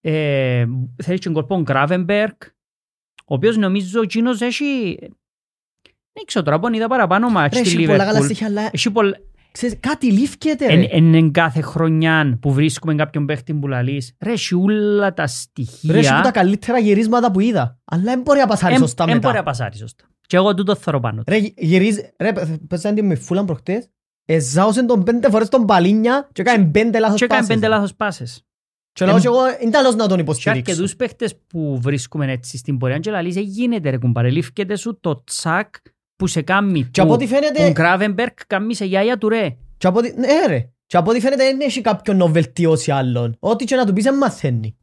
ε, θέλεις και γκολ που τον Γκράβενμπερκ, ο οποίος νομίζω εκείνος έχει... Δεν ξέρω τώρα, μπορεί να είδα παραπάνω μα Ρε, στη έχει πολλά καλά Λίβερπουλ. στοιχεία, αλλά Έχει πολλά... ξέρεις, κάτι λήφκεται Ε, ρε. Εν, εν, κάθε χρονιά που βρίσκουμε κάποιον παίχτη που λαλείς, ρε, έχει όλα τα στοιχεία. Ρε, έχει που τα καλύτερα γυρίσματα που είδα. Αλλά δεν μπορεί να πασάρει Εν- σωστά εν μπορεί να μετά. πασάρει σωστά. Και εγώ τούτο θωρώ πάνω. του. Ρε, γυ- γυρίζει, ρε, παίζαν τη με φούλαν προχτές, εζάωσαν τον πέντε φορές τον Παλίνια και έκανε πέντε λάθος Και έκανε πάσες. πέντε λάθος πάσες. Και λέω Εμ- και εγώ, είναι τέλος να τον Και υποστηρίξω. αρκετούς παίχτες που βρίσκουμε έτσι στην πορεία και λαλείς, «Ε, γίνεται ρε κουμπάρε, λήφκεται σου το τσακ που σε κάνει Και από ό,τι του. Ο φαίνεται, Γκράβενμπερκ κάνει σε γιαγιά του ρε. και από ό,τι- ναι ρε, και από ό,τι φαίνεται δεν έχει κάποιον να βελτιώσει άλλον. Ό,τι και να του πεις δεν μαθαίνει.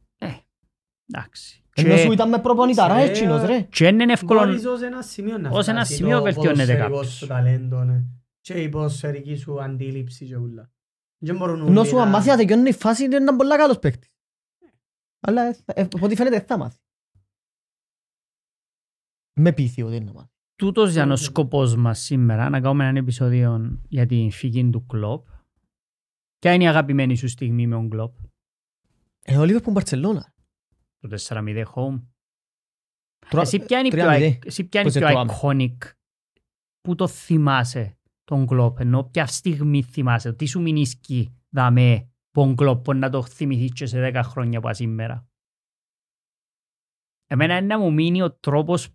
Εντάξει. Ενώ Και- σου ήταν με προπονηταρά Ξέρω. εκείνος ρε. Και είναι εύκολο. Μπορείς ως ένα σημείο να ως ένα φτάσει σημείο το βελτιώνεται ποδοσφαιρικό κάποιος. σου ταλέντο, ναι. Και η ποδοσφαιρική σου αντίληψη και ούλα. Δεν μπορούν Ενώ όλοι σου να- αν μάθει να τελειώνει η φάση είναι έναν πολλά καλός παίκτης. Αλλά ε, θα- ε, από ό,τι φαίνεται δεν θα μάθει. Με πείθει ότι είναι να μάθει. Τούτος ήταν ο Οκ. σκοπός μας σήμερα, να κάνουμε έναν επεισόδιο για την φυγή του κλόπ. Ποια είναι η αγαπημένη σου στιγμή με τον κλόπ, Ε, ο Λίβερπουλ Μπαρτσελώνα. το 4-0 home. Τρο- Εσύ ποια είναι η πιο, 3-0. εσύ ποια είναι Πώς η πιο το πάμε. iconic που το θυμάσαι τον κλόπ, ενώ ποια στιγμή θυμάσαι, τι σου μηνίσκει δαμέ τον κλόπ που να το θυμηθείς και σε 10 χρόνια από σήμερα. Εμένα είναι να μου μείνει ο τρόπος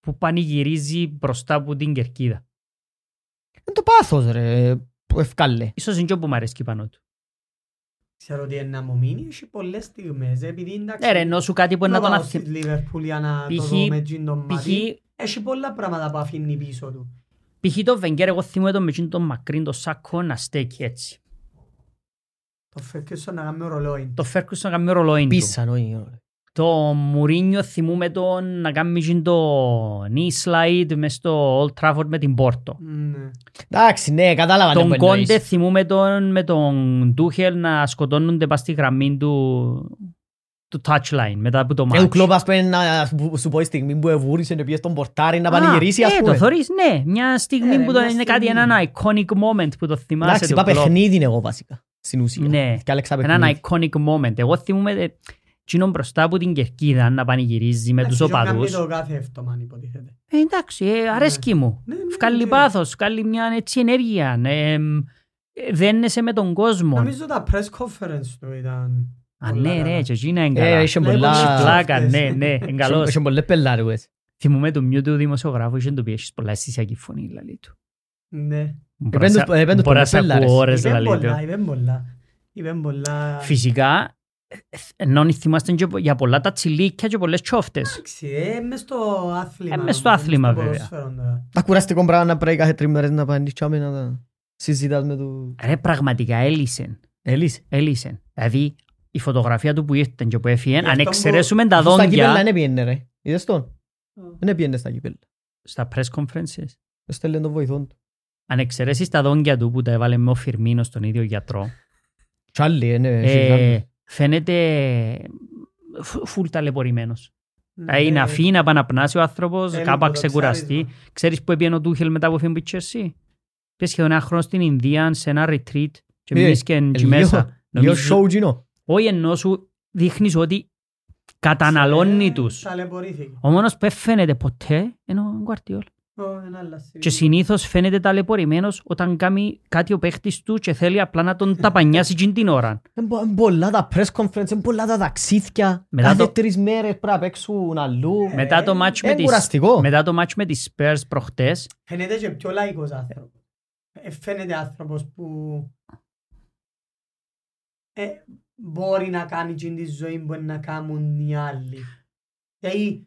που πανηγυρίζει μπροστά από την κερκίδα. Είναι ε, το πάθος ρε, που ευκάλε. Ίσως είναι και που μου αρέσει πάνω του. Ξέρω ότι είναι να μου μείνει, έχει πολλές στιγμές. Επειδή εντάξει, Ναι ρε, ενώ σου κάτι που είναι να τον πάω αθι- στη Liverpool για να το Π.χ. δω με τζιν τον Π.χ. Μάτι. Έχει πολλά πράγματα που αφήνει πίσω του. Π.χ. το Βενγκέρ, εγώ θυμούμαι τον με εκείνον τον μακρύν το σάκο να στέκει έτσι. Το Ferguson να κάνει ρολόι. Το Φέρκουσον να κάνει ρολόι του. Πίσαν όχι. ρε. Το Μουρίνιο θυμούμε τον να κάνει εκείνον το knee slide μες στο Old Trafford με την Πόρτο. Ναι. Εντάξει, ναι, κατάλαβα Τον που εννοείς. Κόντε θυμούμε τον με τον Ντούχελ να σκοτώνονται πας στη γραμμή του του touchline μετά από το Ε, ο μάτς. κλόπ ας πούμε να σου- σου πω η στιγμή που εβούρισε και πήγε στον πορτάρι να Α, πανηγυρίσει ε, ας το πούμε. θωρείς, ναι. Μια στιγμή Ε, ρε, που το, μια είναι κάτι, στιγμή. ένα iconic moment που το θυμάσαι. Εντάξει, του είπα Klopp. παιχνίδι είναι εγώ βασικά. Στην ουσία. Ναι. Και άλλαξα Έναν παιχνίδι. iconic moment. Εγώ θυμούμαι ε, εκείνον μπροστά από την κερκίδα να πανηγυρίζει με τους Εντάξει, και οπαδούς. κάνει το κάθε εύτομαν, υποτίθεται. Ε, εντάξει, ε, αρέσκει μου. Ναι, ναι, Βγάλει και- πάθος, βγάλει μια έτσι ενέργεια. ε, εμ, ε, Δένεσαι με τον κόσμο. Νομίζω τα press conference του ήταν Α, Πολλά ναι, καλά. ρε, και εκείνα είναι Ε, καλά. είχε Ναι, πολλά- είπαμε στους Πλάκα, ψεύτες. ναι, ναι, είναι καλός. Είχε πολλές πελάρουες. Θυμούμε του μιού του δημοσιογράφου, είχε το πει, έχεις πολλά αισθησιακή φωνή, λαλεί του. Ναι. Ε, Μπορώ να σε- Επέντους- επέντους μπορώ να σε πολλαπέλαρες. ακούω ώρες, Είπεν λαλεί πολλά, του. είπεν πολλά. Είπεν πολλά. Φυσικά, ε, ενώ θυμάστε και για πολλά τα τσιλίκια και πολλές τσόφτες. Εντάξει, ε, μες στο άθλημα. Ε, μες νομίζω, στο άθλημα, μες στο βέβαια. ποδόσφαιρο τώρα. Τα κουραστικό πράγμα να πρέπει κάθε τρίμερες να πάνε τσάμες να τα συζητάς με του... Ρε, πραγματικά έλυσεν. Ελίς. Έλυσεν. Δηλαδή, η φωτογραφία του που ήρθε και που έφυγε, αν αυτό που- εξαιρέσουμε τα Στα ναι. κύπελλα δόντια δεν πιένε ρε. Είδες τον. Δεν πιένε στα κύπελλα. στα press conferences, Έστελνε τον βοηθόν του. αν εξαιρέσεις τα δόντια του που τα έβαλε με ο Φιρμίνος στον ίδιο γιατρό, Τσάλι, ε, ναι. ε, φαίνεται φου- φουλ ταλαιπωρημένος. Ε, Είναι Ναι. αφή να πάει να πνάσει ο Ε, άνθρωπος, Θέλει κάπου να ξεκουραστεί. ποδοξάρισμα. Ξέρεις που έπιανε ο Τούχελ μετά που έφυγε από τη Chelsea? Πήγε σχεδόν ένα χρόνος στην Ινδία σε ένα retreat και Ε, μείνεις και εκεί λίγο- μέσα. Λίγο Νομίζω- show γινό. Όχι ενώ σου δείχνεις ότι καταναλώνει Ε, τους. Ταλαιπωρήθηκε. Ο μόνος που δεν φαίνεται ποτέ είναι ο Γκουαρτιόλ. Ω, ένα άλλο σύνδεσμο. Και συνήθως φαίνεται ταλαιπωρημένος όταν κάνει κάτι ο παίχτης του και θέλει απλά να τον ταπανιάσει εκείνη την ώρα. Εν πο- εν Πολλά τα press conference, εν πολλά τα ταξίδια. Μετά Κάθε το- τρεις μέρες πρέπει να παίξουν αλλού. Μετά το match με Ε, τις- κουραστικό. μετά το match με τις Spurs προχτές, Φαίνεται και πιο λαϊκός άνθρωπος. Ε, Φαίνεται άνθρωπος που ε, μπορεί να κάνει την τη ζωή που μπορεί να κάνουν οι άλλοι. Δηλαδή,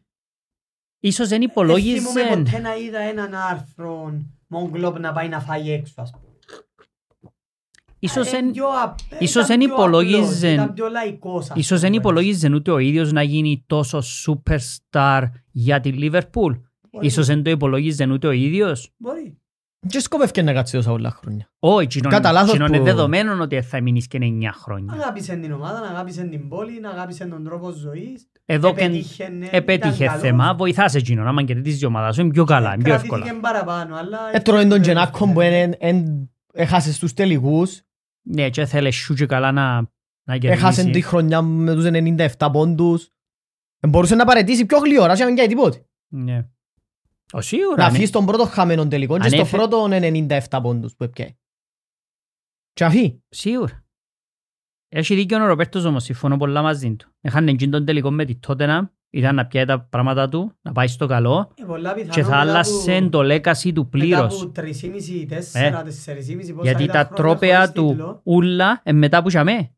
ίσως δεν δεν θυμούμαι υπολόγιζε. ποτέ να είδα έναν άρθρο Μον Κλόπ να πάει να φάει έξω, ας πούμε. Ίσως Ε, εν- πιο απ- ίσως ήταν εν πιο απλός, υπολόγιζε- Ήταν πιο λαϊκός. ας Ίσως δεν πούμε. υπολόγιζε ούτε ο ίδιος να γίνει τόσο superstar για τη Liverpool. Μπορεί. Ίσως δεν το υπολόγιζε ούτε ο ίδιος. Μπορεί. Και σκόπευκε να κάτσει τόσα πολλά χρόνια. Όχι, εκείνον Κατά λάθος εκείνον που- είναι δεδομένο ότι θα μείνεις και 9 χρόνια. Αγάπησε την ομάδα, αγάπησε την πόλη, αγάπησε τον τρόπο ζωής. ε, Εδώ και Επέτυχε, Ε, επέτυχε θέμα, βοηθάς εκείνον. Άμα κερδίσεις η ομάδα σου είναι πιο καλά, είναι πιο εύκολα. Ε, Κρατήθηκε παραπάνω, αλλά... Έτρωε τον Γενάκο που εν- εν- έχασες στους τελικούς. Ναι, και θέλες σου και καλά να, να Έχασε τη κερδίσεις. χρονιά με τους 97 πόντους. Ε, Μπορούσε να παρετήσει πιο γλυόρα και να μην κάνει τίποτε. Ναι. Ο Να σίγουρα. ναι. αφήσει τον πρώτο χαμένο τελικό και Αν στο έφε- πρώτο 97 πόντους που έπιαει. Και αφή. Σίγουρα. Έχει δίκιο ο Ροπέρτος όμως, συμφωνώ πολλά μαζί του. Έχανε εκείνον τον τελικό με τη Tottenham, ήταν να πιάει τα πράγματα του, να πάει στο καλό Ε, πολλά πιθανό και θα μετά άλλασε που- το λέκαση του Μετά πλήρως. Ε, από 3,5, 4, 4,5 πόσα Γιατί ήταν τα χρόνια τρόπαια χωρίς του τίτλο. ούλα ε, μετά που είχαμε.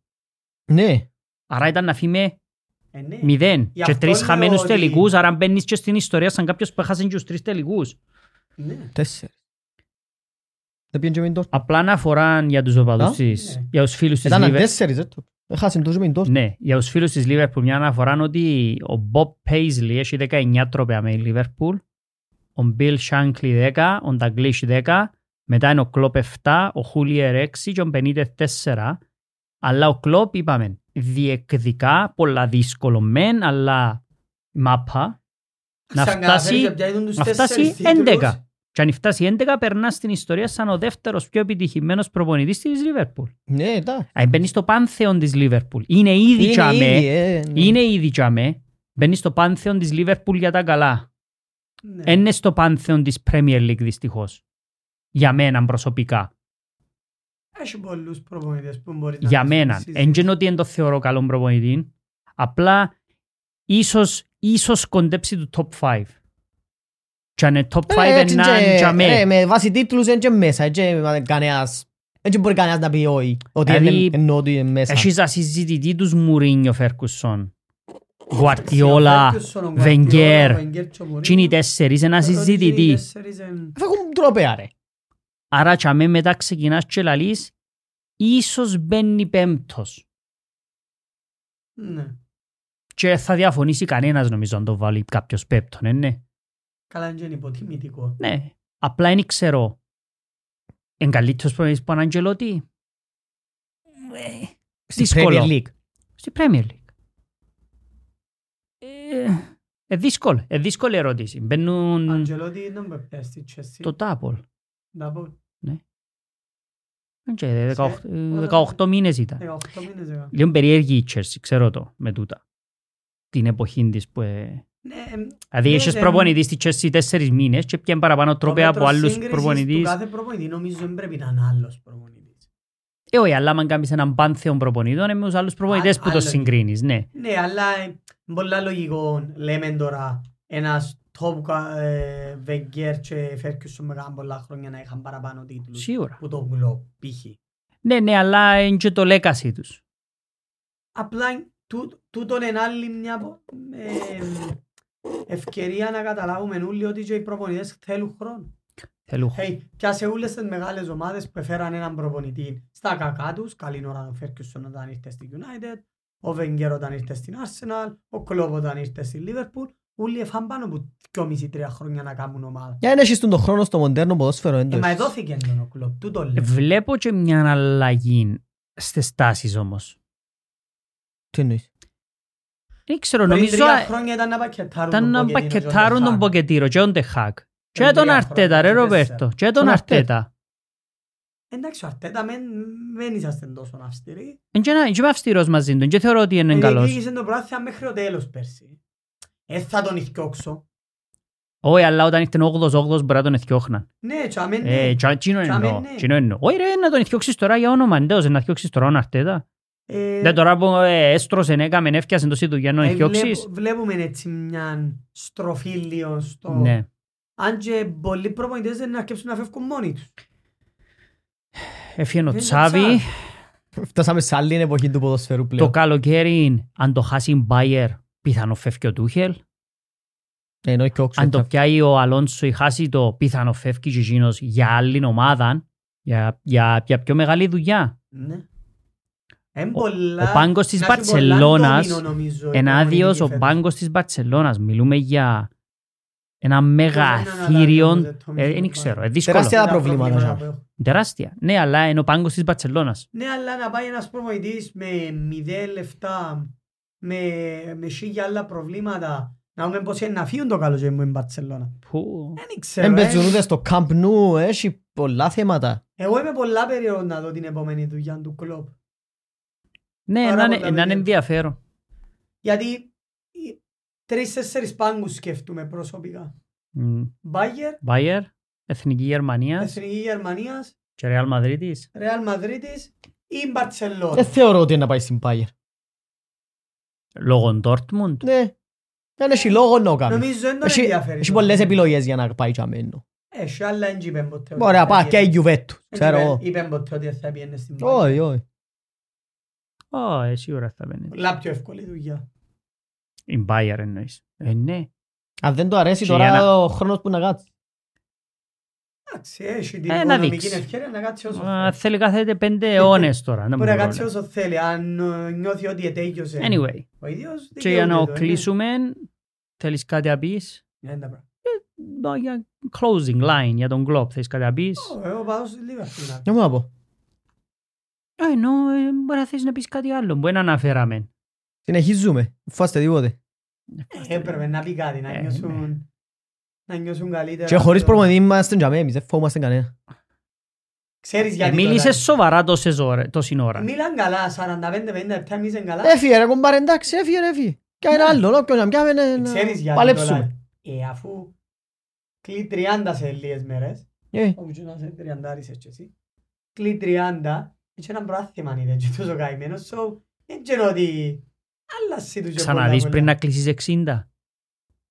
Ναι. Άρα ήταν να φύγει με Ε, ναι. μηδέν Γι' και αυτό τρεις λέω χαμένους ότι- τελικούς. Άρα μπαίνεις και στην ιστορία σαν κάποιος που έχασε και τους τρεις τελικούς. Ναι. Τέσσερις. Δεν πήγαινε και με την Dortmund. Απλά να αφορά για τους οπαδούς Α, της, ναι. για τους φίλους της Ήταν Liverpool. τέσσερις, δεν το. Έχασε τους και με την Dortmund. Ναι, για τους φίλους της Liverpool μια αναφορά είναι ότι ο Bob Paisley έχει 19 τρόπια με η Liverpool, ο Bill Shankly 10, ο Dalglish 10, μετά είναι ο Klopp 7, ο Hulier 6 και ο Benitez 4. Αλλά ο Klopp είπαμε διεκδικά, πολλά δύσκολο μεν, αλλά μάπα. Να Σαν καταφέρει φτάσει- και πιάνει τους να τέσσερις φτάσει τίτλους. 11. Και αν φτάσει 11 περνά στην ιστορία σαν ο δεύτερος πιο επιτυχημένος προπονητής της Liverpool. Ναι, εντάξει. Αν μπαίνεις στο πάνθεον της Liverpool, είναι ήδη τσάμε. ήδη, ε, ναι. Είναι ήδη τζαμέ. Μπαίνεις στο πάνθεον της Liverpool για τα καλά. Ναι. Δεν Είναι στο πάνθεον της Premier League δυστυχώς. Για μένα προσωπικά. Έχει πολλούς προπονητές που μπορείς να για τους μένα. συζητήσεις. Εν και ότι δεν το θεωρώ καλό προπονητή. Απλά ίσως, ίσως κοντέψει του top 5. Και αν είναι top 5 Ε, έτσι έναν και- ε, ρε, τζαμέ. με βάση τίτλους είναι και μέσα. έτσι, μα, κανένας- Έτσι μπορεί κανένας να πει όχι. Ότι Δηλαδή, είναι- εννοώ ότι είναι μέσα. Έχεις ασυζητητή τους Μουρίνιο Φέρκουσον. Ο Γουαρτιόλα. Φέρκιουσον, ο Βενγκέρ, Guardiola, ο Βενγκέρ και ο Μουρίνιο. Τι είναι οι τέσσερις, ένα Θεωρώ ότι οι συζητητή. τέσσερις εν- Φεύγουν τρόπαια, ρε. Άρα τσαμέ μετά ξεκινάς και λαλείς ίσως μπαίνει πέμπτος. Ναι. Και θα διαφωνήσει κανένας νομίζω αν το βάλει κάποιος πέμπτον, ε, ναι. Καλά είναι και είναι υποτιμητικό. Ναι. Απλά είναι ξέρω. Εν καλύτερος προπονητής που ο Αγγελότη. Ε, Στη Δύσκολο. Premier League. Στη Premier League. Ε, ε, δύσκολο. Ε, δύσκολη ερώτηση. Μπαίνουν Αντζελότη δεν μπορεί να πιάσει τη Chelsea. το τάπολ. Να πω, Δεν ξέρω, 18, όλα τα- 18 μήνες ήταν. 18 μήνες έκανα. Λίγο περίεργη η Chelsea, ξέρω το, με τούτα. Την εποχή της που... ε, Ναι, εμ, Δηλαδή Ναι, έχεις δεν- προπονητής στη Chelsea τέσσερις μήνες και πιέν παραπάνω τρόπια μέτρο από άλλους σύγκρισης του προπονητής. κάθε προπονητή νομίζω δεν πρέπει να είναι άλλος προπονητής. Ε, όχι, αλλά αν κάνεις έναν πάνθεο προπονητών, είναι με τους άλλους προπονητές Α- που το άλλο. συγκρίνεις, ναι. Ναι, αλλά ε, πολλά λογικό λέμε τώρα ένας top ε, Wenger και Ferguson μετά από πολλά χρόνια να είχαν παραπάνω τίτλους Σίγουρα. που το Klopp π.χ. Ναι, ναι, αλλά είναι και το λέκασι τους. Απλά τού- τούτον είναι άλλη μια πο- ε, ευκαιρία να καταλάβουμε όλοι ότι και οι προπονητές θέλουν χρόνο. Θέλω Hey, πιάσε όλες τις μεγάλες ομάδες που έφεραν έναν προπονητή στα κακά τους. Καλή ώρα ο Φέρκιουσον όταν ήρθε στην United, ο Βενγκέρ όταν ήρθε στην Arsenal, ο Κλόπ όταν ήρθε στην Liverpool. Όλοι έφαν πάνω από 2,5-3 χρόνια να κάνουν ομάδα. Για να έχεις τον χρόνο στο μοντέρνο ποδόσφαιρο. εν το Ε, μα έχεις. εδώθηκε τον ο Κλόπ, τούτο Ε, λέω. Βλέπω και μια αλλαγή στις τάσεις όμως. Τι εννοείς. Δεν ξέρω, Πριν νομίζω τρία α, χρόνια ήταν να πακετάρουν ήταν να τον Pochettino και πακετάρουν τον Χακ. Ποκετήρο και τον Τεχάκ. Και Πριν τον τρία Αρτέτα, χρόνια, ρε και Ροβέρτο. τέσσερα. Και τον Τον Αρτέτα. Αρτέτα. Εντάξει, ο Αρτέτα μεν δεν είσαστε τόσο αυστηροί. Είναι και αυστηρός μαζί του και θεωρώ ότι Ε, είναι καλός. Διεκδίκησε το πράθυα μέχρι ο τέλος πέρσι. Ε, θα τον ηθιώξω. Όχι, αλλά όταν ήρθε 8ος, 8ος μπορεί να τον εθιώχναν. Ναι, τσάμεν, Ε, ναι. τσα- τσίνο Τσάμε, εννοώ, ναι. τσίνο εννοώ. Όχι ρε, να τον εθιώξεις τώρα για όνομα εντός, να εθιώξεις τώρα τον Αρτέτα. Ε, Δεν τώρα που ε, έστρωσεν, έκαμε, έφτιασεν το σύντου για να τον Ε, εθιώξεις. βλέπω- Βλέπουμε έτσι μια στροφή λίγο στο... Ναι. Αν και πολλοί προπονητές δεν αρκέψουν να φεύγουν μόνοι τους. Έφυγε ο Έφυγε ο Τσάβη. Τσάβη. Φτάσαμε σε άλλη εποχή του ποδοσφαίρου Το πλέον. καλοκαίρι, αν το χάσει η Bayer, πιθανό φεύγει ο Τούχελ. Ε, Ενώ και ο Όξο Αν το ήταν- πιάει ο Αλόνσο ή χάσει το, πιθανό φεύγει και εκείνος για άλλη ομάδα, για, για, για πιο μεγάλη δουλειά. Ναι. Εν πολλά... ο πάγκος της να έχει πολλά Μπαρτσελώνας ντόμινο, νομίζω, η Εν άδειος προπονητική ο φέτος. πάγκος της Μπαρτσελώνας. Μιλούμε για ένα Πώς μεγαθύριον... είναι να Ε, αναλάβει Δεν ο ξέρω, Πάγκος. ε, δύσκολο. Τεράστια- Τα τα προβλήματα, προβλήματα Ζάβη. που έχω. Τεράστια. Ναι, αλλά είναι ο πάγκος της Μπαρτσελώνας. Ναι, αλλά να πάει ένας προπονητής με μηδέν λεφτά, με, με χίλια άλλα προβλήματα, να δούμε πώς είναι να φύγουν το καλό μου η Μπαρτσελώνα. Που... Δεν ξέρω, Δεν ε. παίζουν ούτε στο Camp Nou, έχει πολλά θέματα. Εγώ είμαι πολλά περίεργος να δω την επόμενη δουλειά του κλόπ. Ναι, Πάρα να είναι- πολλά να είναι παιδιά. ενδιαφέρον. Γιατί οι- τρεις-τέσσερις πάγκους σκεφτούμε προσωπικά. Μμ. Μπάγερ, Bayer, Εθνική Γερμανίας Εθνική Γερμανίας, και Real Madridis. Ρεάλ Μαδρίτης ή Δεν Μπαρτσελόνα. Ε, θεωρώ ότι είναι να πάει στην Bayern. Λόγω Dortmund. Ναι. Δεν έχει λόγο να το κάνεις. Νομίζω δεν τον Έχει- ενδιαφέρει. Ε, Έχει τόσο. πολλές επιλογές για να πάει και αμένω. Έχει, αλλά δεν είπε ποτέ. ότι Μπορεί θα να πάει και πήγαινε. η Juventus, Δεν ξέρω είπε- εγώ. ε. Είπε ποτέ ότι θα πήγαινε στην Όχι, Μπάγερ. όχι. Ναι. Ω, ε, σίγουρα θα παίρνει. Πολλά πιο εύκολη δουλειά. Η Bayer εννοείς. Ε, ναι. Αν δεν του αρέσει Και για τώρα ο χρόνος που να κάτσει. Εντάξει, έχει την Ε, να οικονομική δείξει. ευκαιρία να κάτσει όσο Α, θέλει. Θέλει κάθεται πέντε αιώνες τώρα. να Μπορεί να μου κάτσει λέω. όσο θέλει, αν ε, νιώθει ότι ετέγιωσε. Anyway. Ο ίδιος Και για να δικαιούται το, κλείσουμε, θέλεις κάτι να πεις. είναι. Είναι τα πράγματα. Μα, Για closing line, για τον Glob, θέλεις κάτι να πεις. Ω, ε, Ο παδός της Liverpool, να- Να μου να πω. Α, Ενώ ε, μπορεί να θέλεις να πεις κάτι άλλο, μπορεί να αναφέραμε. Συνεχίζουμε. Φάστε τίποτε. Έπρεπε να πει κάτι, ναι. Ε, να νιώσουν, να νιώσουν καλύτερα. Και χωρίς προπονητή είμαστε για εμείς, δεν φοβόμαστε κανένα. Ξέρεις Ε, γιατί Μίλησες σοβαρά τόσες ώρες, τόση ώρα. Μίλαν καλά, 45-50 λεπτά μίλησαν καλά. Ε, Έφυγε ρε κομπάρε, εντάξει, έφυγε ρε, έφυγε. Κι ένα άλλο, όποιον να πιάμε ναι, Ε, να Ξέρεις γιατί παλέψουμε. τώρα. Ε, αφού κλεί 30 σε λίγες μέρες, Ε, όπου και να σε 30 είσαι κι εσύ, κλεί 30, έτσι έναν πρόθυμα αν είδες και τόσο καημένος, so, δεν ξέρω ότι άλλασε του και Ξαναδείς πριν πολλά, πολλά. να κλείσεις 60.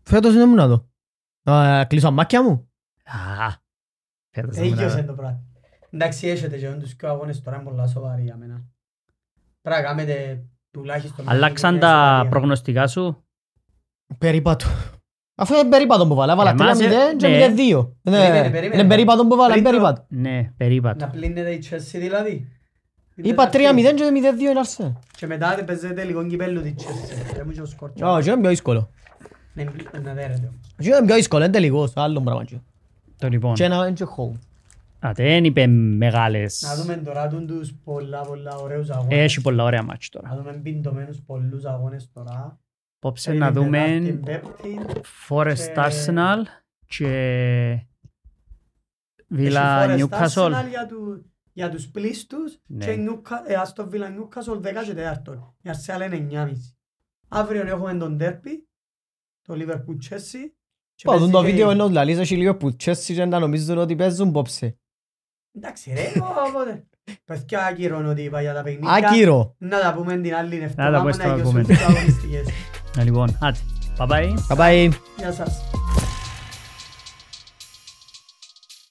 Φέτος είναι μου να δω. Α, Κλείσω αμάκια μου. Α, φέτος θα Τέλειωσε μιλάω. το πράγμα. Εντάξει, έχετε και όντως και ο αγώνες τώρα είναι πολλά σοβαροί για μένα. Πρέπει να κάνετε τουλάχιστον... Αλλάξαν μια τα σοβαρία. προγνωστικά σου. Περίπατο. Αφού είναι περίπατο που βάλα, έβαλα Εμάς, 3-0 ε, και 0-2. Περίμενε, Ναι, περίμενε. Είναι περίπατο που βάλα, είναι Πριν το- περίπατο. Ναι, περίπατο. Να πλύνετε η Chelsea δηλαδή. Είπα 3-0 και 0-2 είναι αρσέ. Και μετά δεν παίζετε λίγο κυπέλλο της Chelsea. Ρε μου και ο Σκόρτσα. Όχι, είναι πιο δύσκολο. Ναι, Να δέρετε όμως. Είναι πιο δύσκολο, είναι τελικός, άλλο πράγμα. τζιο. Το λοιπόν. Και ένα είναι και χώρο. Α, δεν είπε μεγάλες. Να δούμε τώρα τούν τους πολλά πολλά ωραίους αγώνες. Έχει πολλά ωραία μάτς τώρα. Να δούμε πιντωμένους πολλούς αγώνες τώρα. Απόψε Την να δούμε Τετάρτη, Πέμπτη. Forest Και- Arsenal και Villa Έχει Forest Newcastle. Arsenal για του- Για τους πλήστους Ναι. και η Νιούκα- ε, Aston Villa Newcastle 10 και τέταρτον. Η Arsenal είναι 9,5. Αύριο έχουμε τον ντέρπι, το Liverpool Chelsea. και Πάω, δουν το παίζει και βίντεο η- ενός λαλής, έχει λίγο που Chelsea και να νομίζουν ότι παίζουν πόψε. Εντάξει ρε, οπότε. Παιδιά άκυρον ότι είπα για τα παιχνίδια. Άκυρο. Να τα πούμε την άλλη εβδομάδα, πούμε στα να γιώσουν επόμενα. τους αγωνιστικές. Ε, Λοιπόν, άντε. Bye bye. Bye bye. Γεια σας.